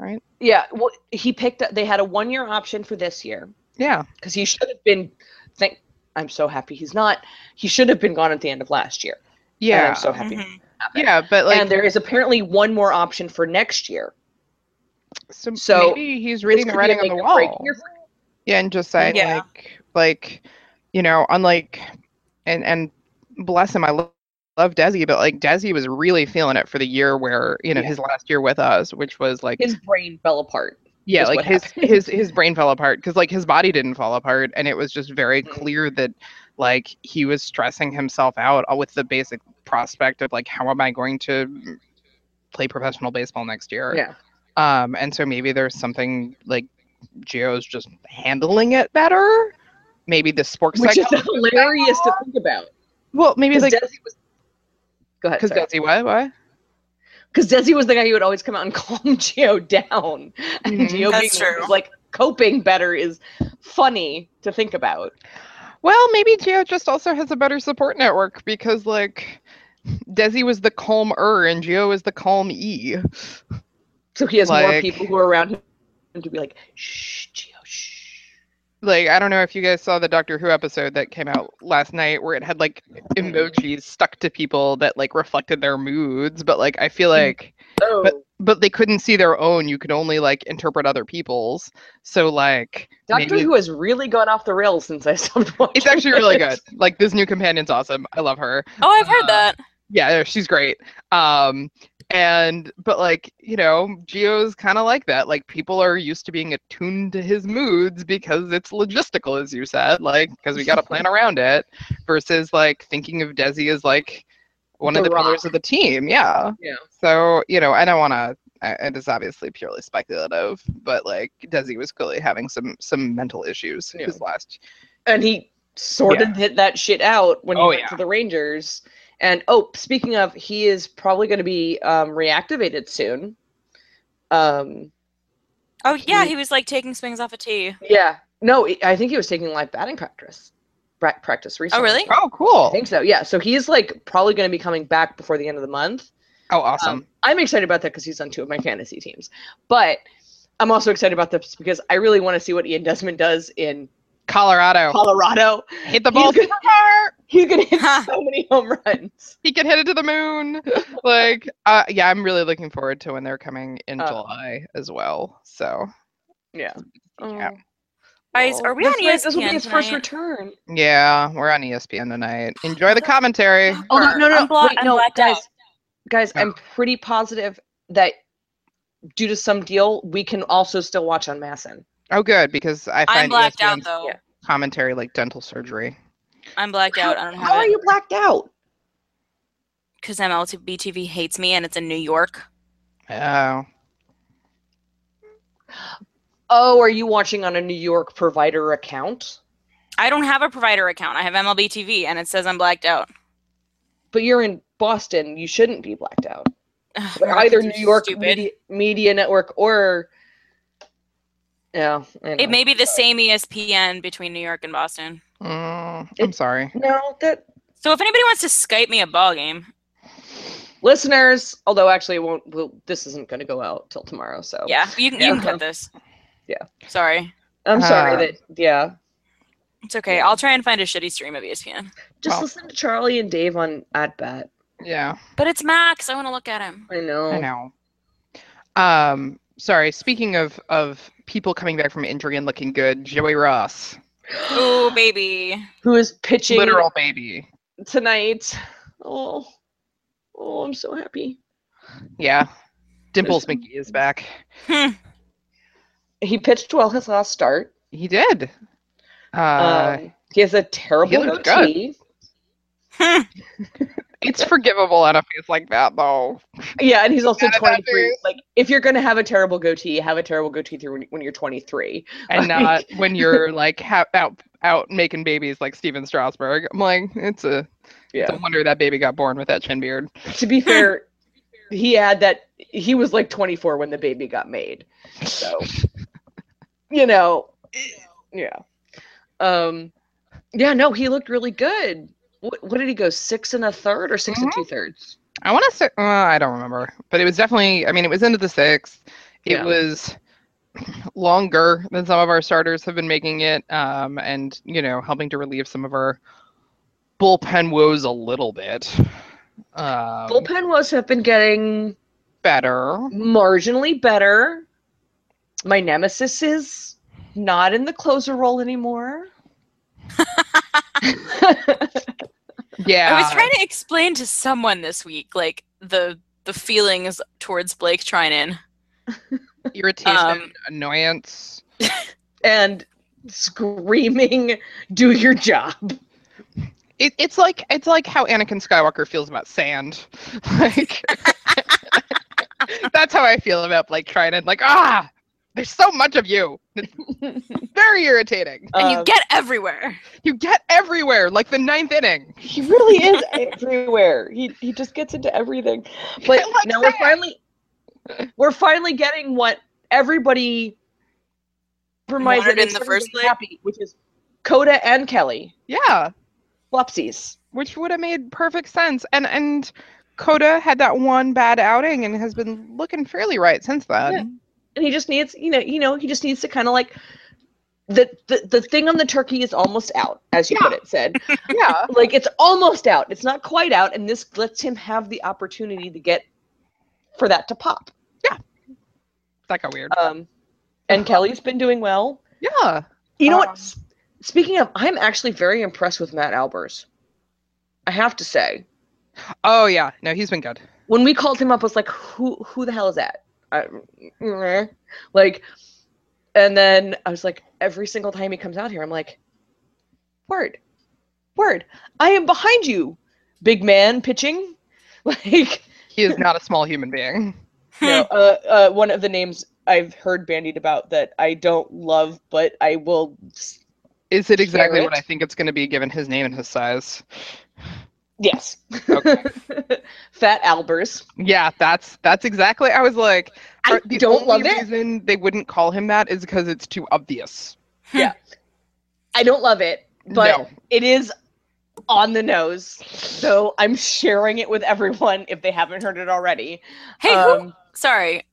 S2: he- Yeah, well, he picked up, they had a one year option for this year
S4: yeah.
S2: because he should have been, thank, I'm so happy he's not. He should have been gone at the end of last year. and
S4: Yeah.
S2: I'm so happy.
S3: Mhm.
S4: yeah, but like
S2: and there is apparently one more option for next year.
S4: so,
S2: so
S4: maybe he's
S2: This
S4: reading the
S2: could be a
S4: writing on the
S2: make or break
S4: wall.
S2: year for him.
S4: Yeah, and just say
S3: Yeah.
S4: like like you know, unlike and and bless him, I love, love Desi, but like Desi was really feeling it for the year where you know
S2: Yeah.
S4: his last year with us, which was like
S2: His brain fell apart.
S4: yeah,
S2: is
S4: like
S2: what
S4: his
S2: happened. <laughs>
S4: his his brain fell apart because like his body didn't fall apart, and it was just very
S2: Mhm.
S4: clear that like he was stressing himself out uh, with the basic prospect of like how am I going to play professional baseball next year?
S2: Yeah.
S4: Um, and so maybe there's something like Geo's just handling it better. Maybe the sports
S2: Which is <laughs>
S4: psychology-
S2: hilarious to think about.
S4: well, maybe
S2: Because
S4: like
S2: Desi was Go ahead.
S4: because Desi what what
S2: Because Desi was the guy who would always come out and <laughs> calm Geo down. And
S4: Mhm.
S2: Geo
S3: That's
S2: being
S3: true.
S2: like coping better is funny to think about.
S4: Well, maybe Geo just also has a better support network because like Desi was the calm er and Geo is the calm e.
S2: So he has more
S4: Like-
S2: people who are around him to be like, shh, Geo, shh.
S4: Like I don't know if you guys saw the Doctor Who episode that came out last night where it had like emojis stuck to people that like reflected their moods, but like I feel like
S2: Oh,
S4: but they couldn't see their own. You could only like interpret other people's. So like
S2: Doctor
S4: maybe-
S2: Who has really gone off the rails since I stopped watching.
S4: It's actually really
S2: it. <laughs>
S4: good. Like this new companion's awesome. I love her.
S3: Oh, I've heard
S4: Uh,
S3: that.
S4: yeah she's great um and but like you know geo's kind of like that like people are used to being attuned to his moods because it's logistical as you said like because we got
S2: <laughs>
S4: to plan around it versus like thinking of desi as like one of
S2: The
S4: the pillars of the team yeah
S2: Yeah.
S4: so you know i don't want to it is obviously purely speculative but like desi was clearly having some some mental issues
S2: Yeah.
S4: his last
S2: and he sorted hit that shit out when he
S4: Oh,
S2: went
S4: yeah.
S2: to the Rangers. And oh, speaking of, he is probably going to be um, reactivated soon. Um,
S3: Oh yeah, he was like taking swings off a tee.
S2: yeah, no, I- I think he was taking live batting practice, pra- practice recently.
S3: really?
S4: oh
S2: I
S4: cool
S2: think so. Yeah, so he's like probably going to be coming back before the end of the month.
S4: oh awesome
S2: Um, I'm excited about that because he's on two of my fantasy teams. But I'm also excited about this because I really want to see what Ian Desmond does in
S4: colorado
S2: Colorado.
S4: Oh. hit the
S2: he's
S4: ball
S2: gonna-
S4: super far
S2: He's going to hit so many home runs.
S4: he can hit it to the moon. <laughs> like, uh, yeah, I'm really looking forward to when they're coming in
S3: Oh.
S2: Uh,
S4: July as well. So,
S2: Yeah.
S4: Yeah.
S2: Oh.
S3: Guys,
S2: Well,
S3: are we
S2: this
S3: on E
S2: might- This will be
S3: ESPN
S2: his first
S3: tonight?
S2: return.
S4: yeah, we're on E ESPN tonight. Enjoy the commentary.
S2: Oh no, no, no,
S3: I'm bla-
S2: wait,
S3: I'm
S2: no,
S3: blacked
S2: guys,
S3: out.
S2: guys,
S4: Oh.
S2: I'm pretty positive that due to some deal, we can also still watch on Masson.
S4: Oh, good because I
S3: I'm
S4: find E
S3: blacked
S2: E
S3: out
S4: ESPN's
S3: though.
S2: yeah.
S4: commentary like dental surgery.
S3: I'm blacked out. I don't
S2: How are
S3: have it
S2: you blacked out?
S3: because MLB hates me and it's in New York.
S4: Oh,
S2: Oh, are you watching on a New York provider account?
S3: I don't have a provider account. I have MLB TV and it says I'm blacked out. <laughs>
S2: But you're in Boston. You shouldn't be blacked out.
S3: Ugh,
S2: But
S3: Americans
S2: either
S3: are
S2: New York
S3: stupid.
S2: media, media network or yeah, I know.
S3: It may be the same E ESPN between New York and Boston.
S4: mm, I'm
S2: It-
S4: sorry.
S2: no that
S3: So if anybody wants to Skype me a ball game,
S2: listeners. Although actually, it won't. We'll, this isn't going to go out till tomorrow. So
S3: yeah, you can, you can cut this.
S2: Oh. <laughs> Yeah.
S3: Sorry.
S2: I'm sorry
S4: Uh,
S2: that yeah.
S3: It's okay. I'll try and find a shitty stream of E ESPN.
S2: Just
S4: Well-
S2: listen to Charlie and Dave on At Bat.
S4: Yeah,
S3: But it's Max. I want to look at him.
S2: I know.
S4: I know. Um, sorry. Speaking of of people coming back from injury and looking good, Joey Ross,
S3: Ooh, baby.
S2: Who is pitching
S4: literal baby.
S2: tonight? Oh, oh, I'm so happy.
S4: Yeah, Dimples McGee is back.
S2: He pitched well his last start.
S4: He did. Uh,
S2: um, he has a terrible
S4: he looked
S2: goatee.
S4: it's forgivable on a face like that, though.
S2: Yeah, and he's also
S4: Got it,
S2: 23.
S4: Dodgers.
S2: Like, if you're gonna have a terrible goatee, have a terrible goatee through when, when you're 23.
S4: <laughs>
S2: Like-
S4: and not when you're like ha- out out making babies like Steven Strasberg. I'm like, it's a it's
S2: Yeah.
S4: a wonder that baby got born with that chin beard.
S2: to <laughs> be fair, he had that. He was like 24 when the baby got made. So, you know, yeah. Um, yeah. No, he looked really good. What, what did he go? Six and a third or 6 and
S4: Mhm.
S2: two thirds?
S4: I want to say uh, I don't remember, but it was definitely. I mean, it was into the sixth. It
S2: Yeah.
S4: was longer than some of our starters have been making it, um, and you know, helping to relieve some of our bullpen woes a little bit. Um,
S2: Bullpen was have been getting
S4: better.
S2: marginally better. My nemesis is not in the closer role anymore.
S4: Yeah,
S3: I was trying to explain to someone this week, like the the feelings towards Blake Trinan.
S4: irritation,
S3: um,
S4: annoyance.
S2: and screaming, "Do your job!"
S4: It, it's like it's like how Anakin Skywalker feels about sand. <laughs> Like that's how I feel about Blake Trident. Like ah, there's so much of you. It's very irritating.
S3: And you
S2: Um,
S3: get everywhere.
S4: You get everywhere, like the ninth inning. <laughs>
S2: he really is everywhere. He he just gets into everything. But
S4: <laughs> Like
S2: now we're
S4: that.
S2: finally we're finally getting what everybody reminds
S3: Wanted
S2: that
S3: in
S2: makes
S3: the first
S2: everybody
S3: place.
S2: happy, which is Coda and Kelly
S4: Yeah,
S2: flopsies.
S4: which would have made perfect sense. And and Coda had that one bad outing and has been looking fairly right since then.
S2: And he just needs you know you know he just needs to kind of like. The, the, the thing on the turkey is almost out, as you put it, said.
S4: Yeah.
S2: like it's almost out. It's not quite out, and this lets him have the opportunity to get for that to pop.
S4: that got weird.
S2: Um,
S3: Uh-huh.
S2: and Kelly's been doing well.
S4: Yeah.
S2: You know what?
S4: Um,
S2: S- Speaking of, I'm actually very impressed with Matt Albers. I have to say,
S4: Oh yeah. No, he's been good.
S2: when we called him up, I was like, "Who? Who the hell is that?" I, meh. like, and then I was like, every single time he comes out here, I'm like, "Word, word, I am behind you, big man pitching." <laughs> Like,
S4: He is not a small human being.
S2: no,
S4: <laughs>
S2: uh, uh, one of the names I've heard bandied about that I don't love, but I will s-
S4: Is it exactly what
S2: Carrot?
S4: I think it's going to be given his name and his size?
S2: Yes.
S4: Okay.
S2: <laughs> Fat Albers.
S4: Yeah, that's that's exactly. I was like,
S2: I
S4: are- the
S2: don't love
S4: only
S2: it.
S4: reason they wouldn't call him that is because it's too obvious.
S2: I don't love it, but
S4: no,
S2: it is on the nose. So I'm sharing it with everyone if they haven't heard it already.
S3: Hey, who?
S2: Um,
S3: Sorry,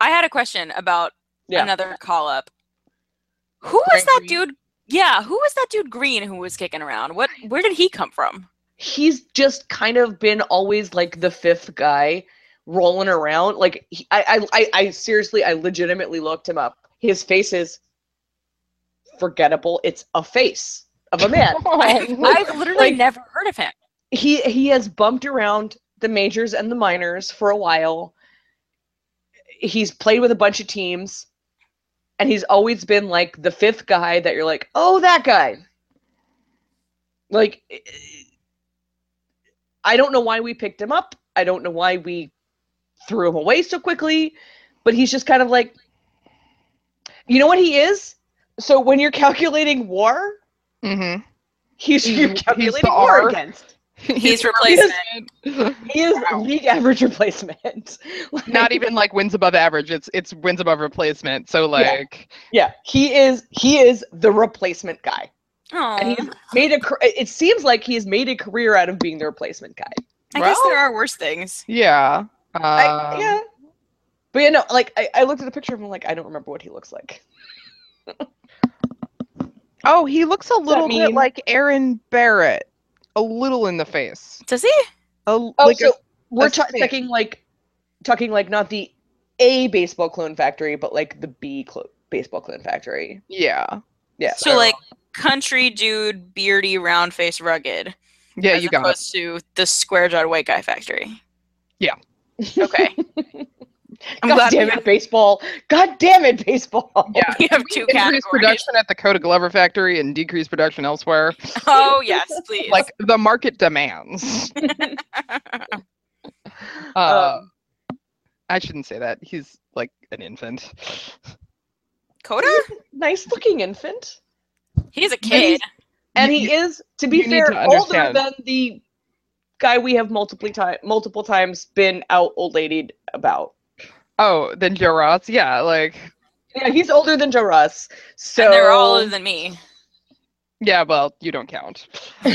S3: I had a question about
S2: Yeah.
S3: another call up. Who was
S4: Frank
S3: that
S4: Green?
S3: dude? Yeah, who was that dude Green who was kicking around? What? Where did he come from?
S2: he's just kind of been always like the fifth guy rolling around. Like he, I, I, I, I seriously, I legitimately looked him up. His face is forgettable. It's a face of a <laughs> man.
S3: I,
S2: like-
S3: I've literally
S2: like-
S3: never heard of him.
S2: he he has bumped around the majors and the minors for a while. He's played with a bunch of teams, and he's always been like the fifth guy that you're like, oh, that guy. Like, I don't know why we picked him up. I don't know why we threw him away so quickly, but he's just kind of like, you know what he is. So when you're <laughs> calculating war,
S4: Mhm.
S2: he's you're
S4: He's the
S2: calculating war
S4: R.
S2: against.
S3: He's replacement.
S2: <laughs> He is
S4: Wow.
S2: league average <laughs> replacement. Like,
S4: not even like wins above average. It's it's wins above replacement. So like,
S2: Yeah, he is. He is the replacement guy, and
S3: Oh,
S4: Uh.
S2: he's made a. car- It seems like he's made a career out of being the replacement guy.
S3: I guess
S4: well-
S3: there are worse things.
S4: yeah. Um,
S2: I, yeah, but you know, like I, I looked at the picture of him, like I don't remember what he looks like.
S4: Oh, he looks a little bit
S2: mean?
S4: like Aaron Barrett, a little in the face.
S3: Does he?
S4: A, oh,
S2: Oh,
S4: like a-
S2: so we're
S4: a
S2: ta-
S4: stick.
S2: talking like talking like not the A baseball clone factory, but like the B clo- baseball clone factory.
S4: yeah,
S2: Yeah.
S3: So like country dude, beardy, round face, rugged.
S4: yeah,
S3: as
S4: you got it.
S3: opposed to the square jawed white guy factory.
S4: Yeah.
S3: Okay.
S4: I'm
S2: God
S4: glad we
S2: damn
S3: <laughs>
S2: it, baseball! God damn it, baseball!
S4: Yeah.
S3: we have two
S4: increase
S3: categories.
S4: production at the Coda Glover factory and decrease production elsewhere.
S3: Oh yes, please.
S4: Like the market demands.
S2: Uh,
S4: Um, I shouldn't say that. He's like an infant.
S3: Coda?
S2: nice looking infant,
S3: He's a
S2: Maybe-
S3: kid.
S2: and
S4: You-
S2: he is, to be
S4: you need
S2: fair,
S4: to
S2: older
S4: understand.
S2: than the guy we have multiple time multiple times been out old ladied about.
S4: Oh, then Joe Ross. Yeah, like
S2: Yeah, he's older than Joe Russ, so
S3: and they're all older than me.
S4: yeah. Well, you don't count.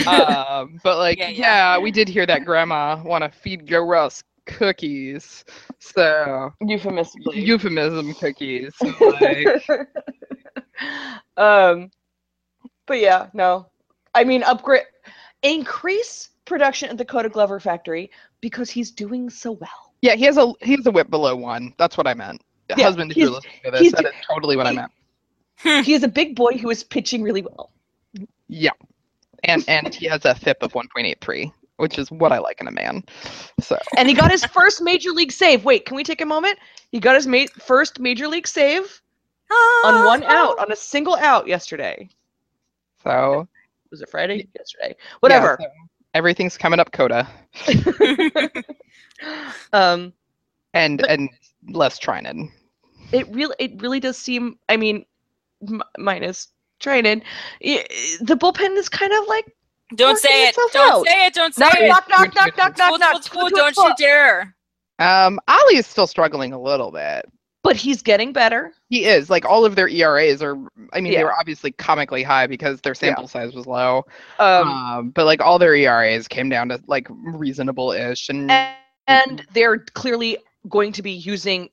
S4: um, but like
S3: Yeah,
S4: yeah,
S3: yeah.
S4: we did hear that grandma want to feed Joe Ross cookies. So
S2: euphemistically. <laughs>
S4: euphemism cookies. So, like,
S2: um, but yeah, no. I mean, upgrade, increase production at the Coda Glover factory because he's doing so
S3: <laughs>
S2: well.
S4: yeah, he has a he has a whip below one. That's what I meant.
S2: Yeah,
S4: Husband, if you're
S2: he's-
S4: listening to this,
S2: he's-
S4: that is totally what I
S2: he-
S4: meant.
S2: he is a big boy who is pitching really well.
S4: Yeah. And and he has a FIP of 1.83, which is what I like in a man. So
S2: And he got his first major league save. Wait, can we take a moment? He got his ma- first major league save
S3: Ah.
S2: on one out, on a single out yesterday.
S4: so
S2: Was it Friday? Yesterday. Whatever.
S4: yeah, so everything's coming up Coda
S2: Um,
S4: and
S2: But-
S4: and less Trinan.
S2: it really it really does seem i mean m- minus Trinan, i- i- the bullpen is kind of like
S3: Don't
S2: working
S3: say it.
S2: itself
S3: Don't
S2: out.
S3: say it. Don't say
S2: knock
S3: it.
S2: knock knock
S4: Which-
S2: knock
S4: which-
S2: knock knock
S3: School,
S2: knock
S3: school,
S2: school,
S3: school,
S2: school,
S3: don't
S2: school.
S3: you dare.
S4: Um Ali is still struggling a little bit.
S2: but he's getting better
S4: He is like all of their ERAs are I mean
S2: Yeah.
S4: they were obviously comically high because their sample size was low. Um,
S2: um,
S4: but like all their ERAs came down to like reasonable ish and
S2: and, and they're clearly going to be using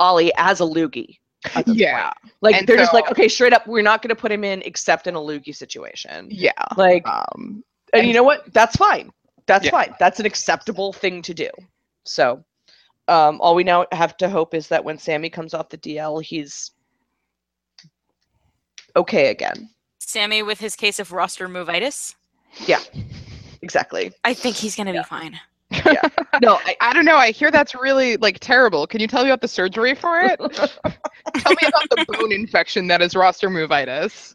S2: ollie as a loogie at this
S4: yeah.
S2: point. like
S4: And
S2: they're just like
S4: so-
S2: okay straight up we're not going to put him in except in a loogie situation
S4: Yeah.
S2: like
S4: Um
S2: and
S4: and-
S2: you know what that's fine that's
S4: Yeah.
S2: fine that's an acceptable thing to do so um, all we now have to hope is that when sammy comes off the dl he's okay again
S3: Sammy with his case of roster movitis.
S2: exactly
S3: I think he's gonna be fine.
S2: <laughs>
S3: <laughs>
S2: no I,
S4: I don't know. I hear that's really like terrible. Can you tell me about the surgery for it? tell me about the bone infection that is roster movitis.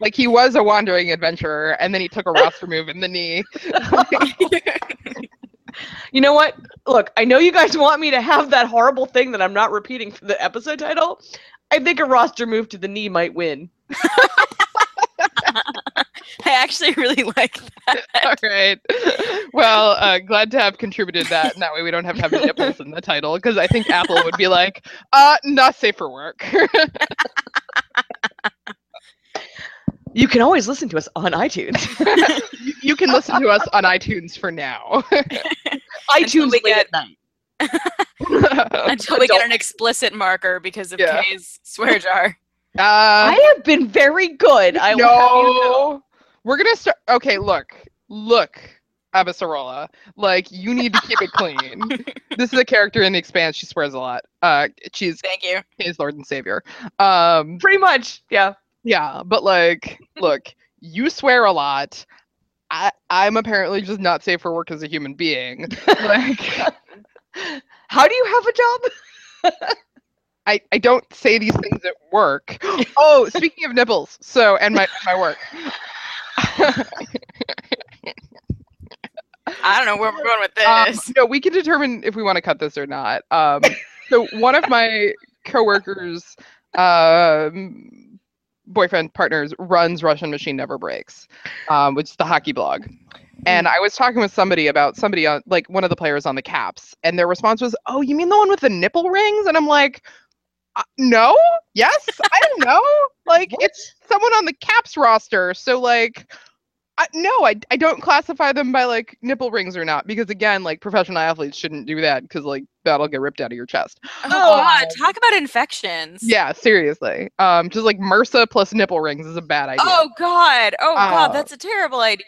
S4: Like he was a wandering adventurer, and then he took a roster move in the knee. <laughs>
S2: you know what look i know you guys want me to have that horrible thing that i'm not repeating for the episode title i think a roster move to the knee might win
S3: I actually really like that.
S4: All right. Well, uh, glad to have contributed that. And that way we don't have to have nipples in the title because I think Apple would be like, uh, not safe for work. <laughs>
S2: you can always listen to us on itunes <laughs>
S4: you can listen to us on iTunes for now. <laughs>
S2: itunes
S3: we
S2: late
S3: get-
S2: at night
S4: <laughs>
S3: Until we get
S2: Adult.
S3: an explicit marker because of
S4: Yeah.
S3: Kay's swear jar.
S4: Uh,
S2: i have been very good i will have you know.
S4: no. We're gonna start. Okay, look, look, Abasarola. Like you need to keep it clean.
S2: <laughs>
S4: this is a character in the Expanse. She swears a lot. Uh, she's
S3: Thank you.
S4: his Lord and Savior. Um,
S2: pretty much yeah
S4: yeah, but like, look, you swear a lot. I I'm apparently just not safe for work as a
S2: <laughs>
S4: human being. Like,
S2: how do you have a job
S4: <laughs> I I don't say these things at
S2: <laughs>
S4: work. Oh, speaking of nipples, so and my my work.
S3: I don't know where we're going with
S4: Um, <laughs>
S3: this.
S4: no, we can determine if we want to cut this or not. Um, so one of my coworkers, um, boyfriend partners runs Russian Machine Never Breaks, um, which is the hockey blog. And I was talking with somebody about somebody on like one of the players on the Caps, and their response was, "Oh, you mean the one with the nipple rings?" And I'm like, uh, "No,
S2: <laughs>
S4: yes, I don't know. Like it's someone on the Caps roster, so like." I, no, I, I don't classify them by like nipple rings or not because again, like professional athletes shouldn't do that because like that'll get ripped out of your chest.
S3: Oh, God, talk about infections.
S4: Yeah, seriously. Um, just like MRSA plus nipple rings is a bad idea.
S3: Oh God. Oh
S4: Uh,
S3: God, that's a terrible idea.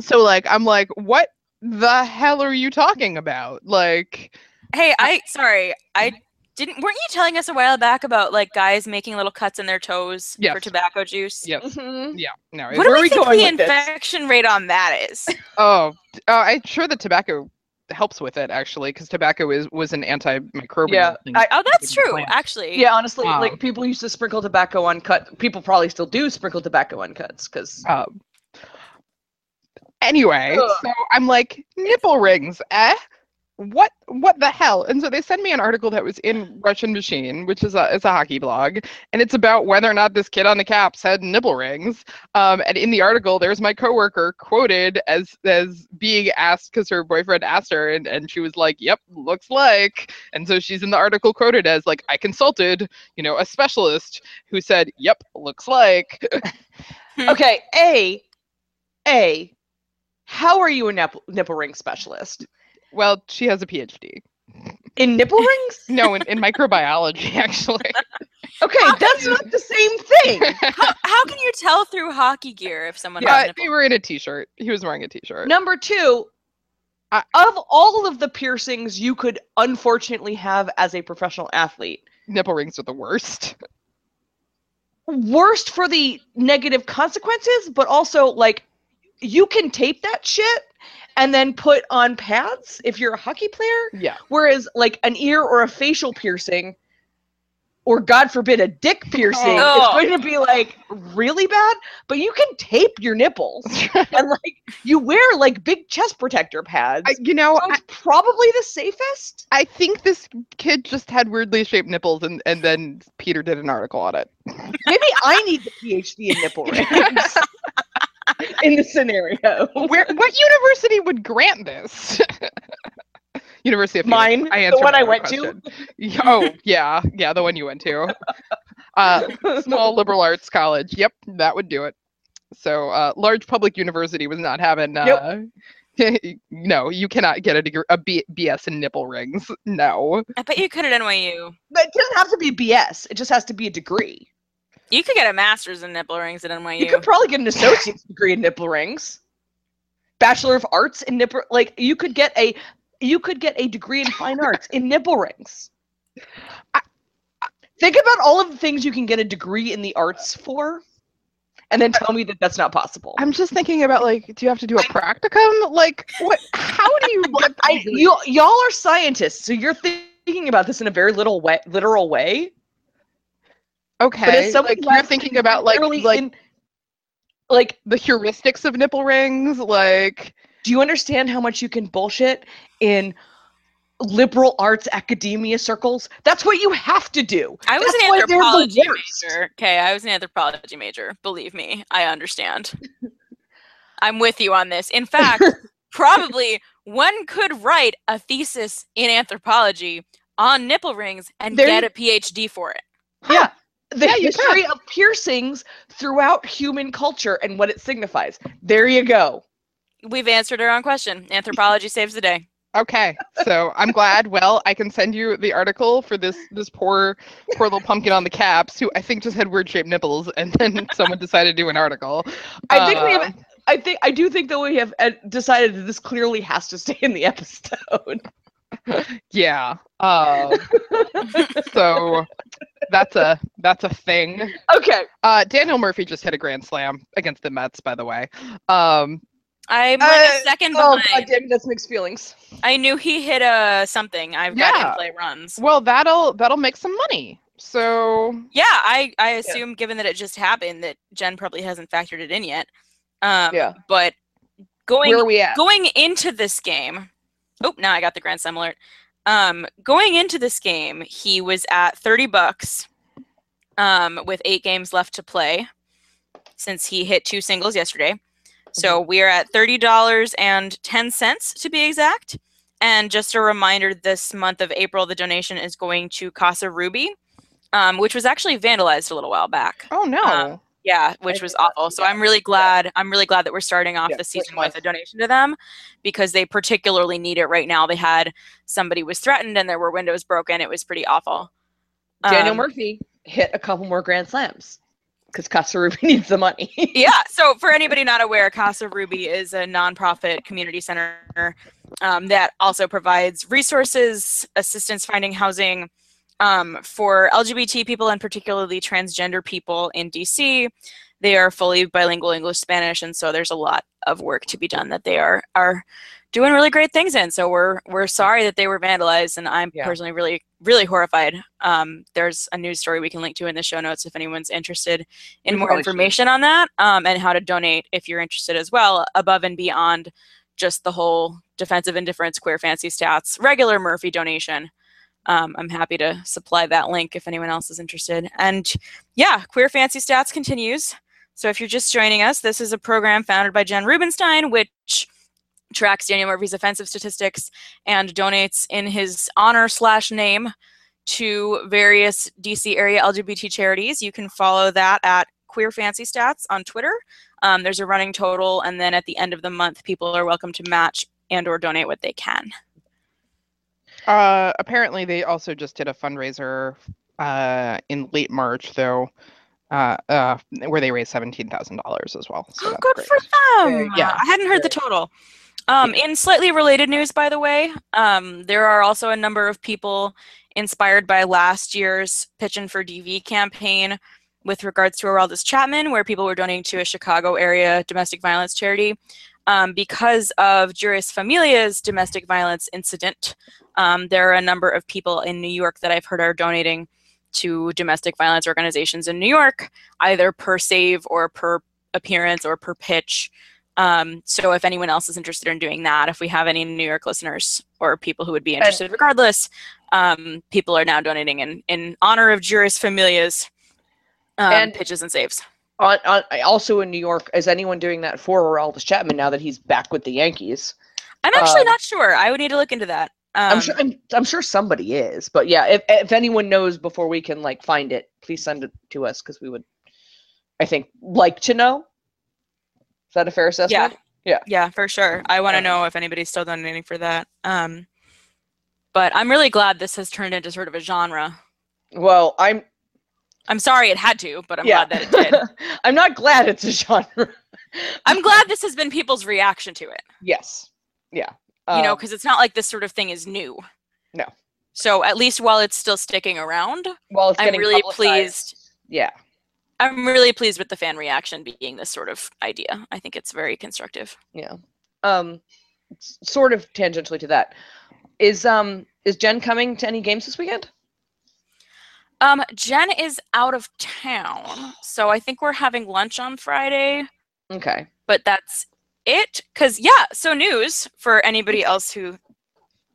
S4: So like I'm like, what the hell are you talking about? Like,
S3: Hey, I sorry, I didn't. Weren't you telling us a while back about like guys making little cuts in their toes for
S4: Yes.
S3: tobacco juice? <laughs>
S4: yep,
S2: Mhm.
S4: yeah, no.
S3: What do
S4: it's-
S2: Where are
S3: we
S2: we
S3: think
S2: going
S3: the
S2: with this?
S3: infection rate on that is?
S4: Oh, t- oh, I'm sure the tobacco helps with it actually because tobacco is was an antimicrobial.
S2: Yeah,
S4: thing.
S2: I-
S3: Oh, that's
S4: Different
S3: true,
S4: plants.
S3: actually.
S2: Yeah, honestly,
S4: Wow.
S2: like people used to sprinkle tobacco on cut. People probably still do sprinkle tobacco on cuts because
S4: Um, anyway,
S2: Ugh.
S4: so I'm like nipple rings, eh? What what the hell? And so they send me an article that was in Russian Machine, which is a it's a hockey blog, and it's about whether or not this kid on the caps had nipple rings. Um, and in the article, there's my coworker quoted as as being asked because her boyfriend asked her, and, and she was like, "Yep, looks like." And so she's in the article quoted as like, "I consulted, you know, a specialist who said, yep, looks like."
S2: Okay, A, A, how are you a nipple, nipple ring specialist?
S4: Well, she has a PhD.
S2: In nipple rings?
S4: No, in, in
S2: <laughs>
S4: microbiology, <laughs> actually.
S2: Okay, that's not the same thing.
S3: How, how can you tell through hockey gear if someone has
S4: Uh,
S3: nipple-
S4: they were in a t-shirt. He was wearing a t-shirt.
S2: Number two, uh,
S4: I-
S2: of all of the piercings you could unfortunately have as a professional athlete,
S4: Nipple rings are the worst. <laughs>
S2: worst for the negative consequences, but also like you can tape that shit and then put on pads if you're a hockey player.
S4: Yeah.
S2: Whereas like an ear or a facial piercing, or God forbid a dick piercing,
S3: Oh.
S2: it's going to be like really bad. But you can tape your
S4: <laughs>
S2: nipples and like you wear like big chest protector pads.
S4: I, you know, I,
S2: Sounds probably the safest.
S4: I think this kid just had weirdly shaped nipples, and, and then Peter did an article on it.
S2: Maybe I need the PhD in
S4: <laughs>
S2: nipple rings in this scenario. <laughs>
S4: Where, what university would grant this? <laughs> University of Phoenix.
S2: Mine,
S4: I
S2: the
S4: answered
S2: one I
S4: my own
S2: went to.
S4: question. Y- Oh, yeah, yeah, the one you
S2: <laughs>
S4: went to. Uh, <laughs> small liberal arts college. Yep, that would do it. So uh, large public university was not having. Uh, <laughs> no, you cannot get a degree, a B- BS in nipple rings. No,
S3: I bet you could at NYU.
S2: But it doesn't have to be BS. It just has to be a degree.
S3: You could get a master's in nipple rings at
S2: You
S3: NYU.
S2: could probably get an associate's degree in nipple rings. Bachelor of Arts in nipple like you could get a you could get a degree in
S4: <laughs>
S2: fine arts in nipple rings. I- I- Think about all of the things you can get a degree in the arts for and then tell me that that's not possible.
S4: I'm just thinking about like, do you have to do a practicum? Like, what? How
S2: <laughs>
S4: do you get?
S2: I, you y'all are scientists, so you're thinking about this in a very little way, literal way.
S4: okay,
S2: someone
S4: like you're
S2: left
S4: thinking about like
S2: Literally
S4: like
S2: in- like
S4: the heuristics of nipple rings, like.
S2: Do you understand how much you can bullshit in liberal arts academia circles? That's what you have to do.
S3: I was
S2: That's
S3: an
S2: why they're the
S3: anthropology
S2: worst.
S3: major. Okay, I was an anthropology major. Believe me,
S2: <laughs>
S3: I understand. I'm with you on this. In fact, probably one could write a thesis in anthropology on nipple rings and
S2: There
S3: get
S2: you-
S3: a PhD for it.
S2: Yeah. The
S4: Yeah, you can.
S2: history of piercings throughout human culture and what it signifies. There you go.
S3: We've answered our own question. Anthropology saves the day.
S4: Okay, so I'm glad. Well, I can send you the article for this this poor poor little pumpkin on the caps who I think just had weird shaped nipples, and then <laughs> someone decided to do an article.
S2: I think we
S4: Uh,
S2: have I think I do think that we have uh, decided that this clearly has to <laughs> stay in the episode.
S4: Yeah. Um, so that's a that's a thing.
S2: Okay.
S4: Uh, Daniel Murphy just hit a grand slam against the Mets, by the way. Um,
S3: I'm like
S2: Uh,
S3: a second
S2: Oh god
S3: behind.
S2: damn it, that's mixed feelings.
S3: I knew he hit a something. I've got
S4: Yeah.
S3: in play runs.
S4: well, that'll that'll make some money. So
S3: Yeah, I, I assume given that it just happened that Jen probably hasn't factored it in yet. Um,
S2: Yeah.
S3: But going
S2: Where are we at?
S3: going into this game oh now i got the grand slam alert um going into this game he was at 30 bucks um with eight games left to play since he hit two singles yesterday so we are at $30.10 to be exact and just a reminder this month of april the donation is going to casa ruby um, which was actually vandalized a little while back
S4: oh no.
S3: Yeah, which was awful. So I'm really glad. I'm really glad that we're starting off
S2: Yeah,
S3: the
S2: which
S3: season
S2: one?
S3: with a donation to them because they particularly need it right now. They had somebody was threatened and there were windows broken. It was pretty awful.
S2: Daniel
S3: Um,
S2: Murphy hit a couple more grand slams because Casa Ruby <laughs> needs the money.
S3: yeah. So for anybody not aware, Casa Ruby is a nonprofit community center um, that also provides resources, assistance finding housing um, for LGBT people and particularly transgender people in DC. They are fully bilingual English Spanish, and so there's a lot of work to be done that they are are doing really great things in. So we're we're sorry that they were vandalized, and I'm
S2: Yeah.
S3: personally really really horrified. Um, there's a news story we can link to in the show notes if anyone's interested in
S2: We
S3: more
S2: probably should.
S3: information on that um, and how to donate if you're interested as well, above and beyond just the whole defensive indifference, queer fancy stats, regular Murphy donation. Um, I'm happy to supply that link if anyone else is interested. And yeah, Queer Fancy Stats continues. So if you're just joining us, this is a program founded by Jen Rubinstein, which tracks Daniel Murphy's offensive statistics and donates in his honor slash name to various DC area LGBT charities. You can follow that at Queer Fancy Stats on Twitter. Um, there's a running total, and then at the end of the month, people are welcome to match and or donate what they can.
S4: Uh, apparently, they also just did a fundraiser uh, in late March, though, uh, uh, where they raised seventeen thousand dollars as well. So
S3: oh,
S4: that's
S3: good
S4: great.
S3: for
S2: Very
S3: them!
S4: good. Yeah,
S3: I hadn't heard the total. Um, in slightly related news, by the way, um, there are also a number of people inspired by last year's Pitchin' for DV campaign with regards to Araldus Chapman, where people were donating to a Chicago area domestic violence charity. Um, because of Juris Familia's domestic violence incident, um, there are a number of people in New York that I've heard are donating to domestic violence organizations in New York, either per save or per appearance or per pitch. Um, so if anyone else is interested in doing that, if we have any New York listeners or people who would be interested, regardless, um, people are now donating in, in honor of Juris Familia's um,
S2: And-
S3: pitches and saves.
S2: on, on, also in New York, is anyone doing that for Aldis Chapman now that he's back with the Yankees?
S3: I'm actually
S2: um,
S3: not sure. I would need to look into that. Um,
S2: I'm sure I'm, I'm sure somebody is, but yeah, if if anyone knows before we can like find it, please send it to us because we would, I think, like to know. Is that a fair assessment?
S3: Yeah.
S2: Yeah.
S3: Yeah, for sure. I want to
S2: Um,
S3: know if anybody's still donating for that. Um, but I'm really glad this has turned into sort of a genre.
S2: Well, I'm
S3: I'm sorry it had to, but I'm
S2: yeah.
S3: glad
S2: <laughs>
S3: that it did.
S2: I'm not glad it's a genre.
S3: I'm glad this has been people's reaction to it,
S2: Yes. Yeah.
S3: you know,
S2: Um,
S3: because it's not like this sort of thing is new.
S2: No.
S3: So at least while it's still sticking around,
S2: while it's
S3: I'm
S2: getting
S3: really
S2: publicized- Yeah.
S3: I'm really pleased with the fan reaction being this sort of idea. I think it's very constructive.
S2: Yeah. Um, s- sort of tangentially to that, is um is Jen coming to any games this weekend?
S3: Um, Jen is out of town, so I think we're having lunch on Friday.
S2: Okay.
S3: but that's it because yeah so news for anybody else who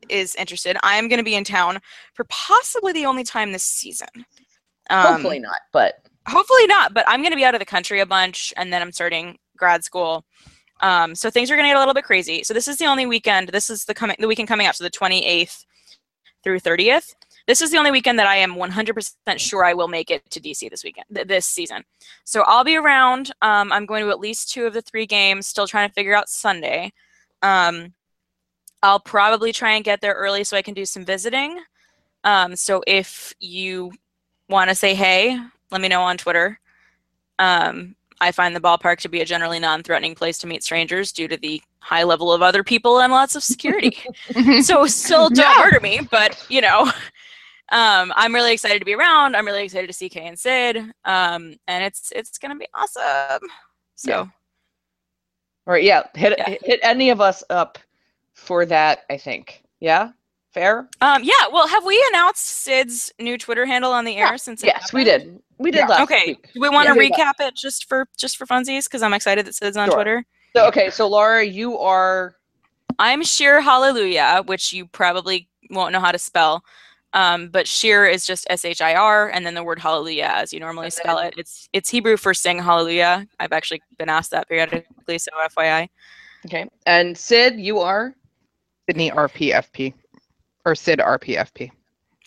S3: is interested i am going to be in town for possibly the only time this season Um,
S2: Hopefully not, but
S3: hopefully not but i'm going to be out of the country a bunch and then i'm starting grad school um, so things are going to get a little bit crazy so this is the only weekend this is the coming the weekend coming up so the 28th through 30th this is the only weekend that i am 100% sure i will make it to dc this weekend th- this season so i'll be around um, i'm going to at least two of the three games still trying to figure out sunday um, i'll probably try and get there early so i can do some visiting um, so if you want to say hey let me know on Twitter. Um, I find the ballpark to be a generally non threatening place to meet strangers due to the high level of other people and lots
S2: <laughs>
S3: of security. so, still don't
S4: Yeah.
S3: murder me, but you know, um, I'm really excited to be around. I'm really excited to see Kay and Sid. Um, and it's it's going to be awesome. So,
S2: Yeah. or yeah, hit
S3: Yeah.
S2: hit any of us up for that. I think. Yeah. Fair.
S3: um, yeah, well, have we announced Sid's new Twitter handle on the air since? it
S2: Yes, we
S3: happened?
S2: did. We did
S4: Yeah.
S2: last
S3: Okay.
S2: week.
S3: Do we want
S2: Yeah.
S3: to recap it just for just for funsies? Because I'm excited that Sid's on
S2: Sure.
S3: Twitter.
S2: So okay, so Laura, you are
S3: I'm Sheer Hallelujah, which you probably won't know how to spell. Um, but Sheer is just S H I R, and then the word Hallelujah, as you normally
S2: And then
S3: spell it. It's it's Hebrew for sing Hallelujah. I've actually been asked that periodically, so FYI.
S2: okay, and Sid, you are
S4: Sydney RPFP or Sid RPFP.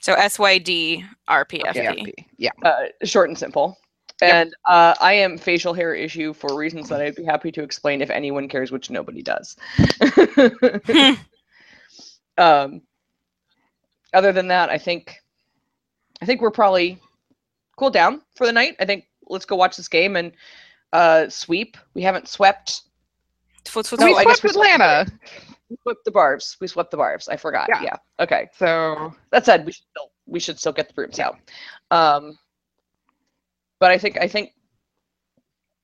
S3: So S Y D R P F P.
S4: Yeah.
S2: uh, short and simple. And uh, I am facial hair issue for reasons that I'd be happy to explain if anyone cares, which nobody does. <laughs> um, other than that, I think I think we're probably cooled down for the night. I think let's go watch this game and uh, sweep. We haven't swept.
S3: Foots, foots,
S2: No,
S4: we
S2: I
S3: foots.
S2: guess
S4: swept
S2: we swept
S4: Atlanta,
S2: We swept the barbs. We swept the barbs. I forgot.
S4: Yeah.
S2: yeah. Okay.
S4: so
S2: That said, we should still we should still get the brooms out. Um, but I think I think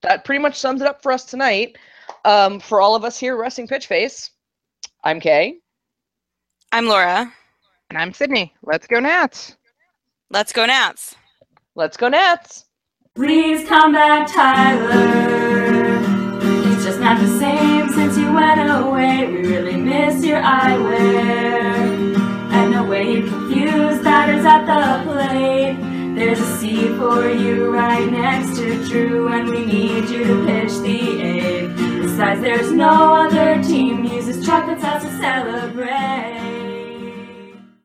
S2: that pretty much sums it up for us tonight. Um, for all of us here, resting pitch face. I'm Kay.
S3: I'm Laura.
S4: and I'm Sydney. Let's go Nats.
S3: Let's go Nats.
S2: Let's go Nats.
S1: Please come back, Tyler. It's just not the same since you went away. We really miss your eyewear. And the way you confuse batters at the plate. There's a seat for you right next to Drew, and we need you to pitch the eighth. Besides, there's no other team uses chocolates as to celebrate.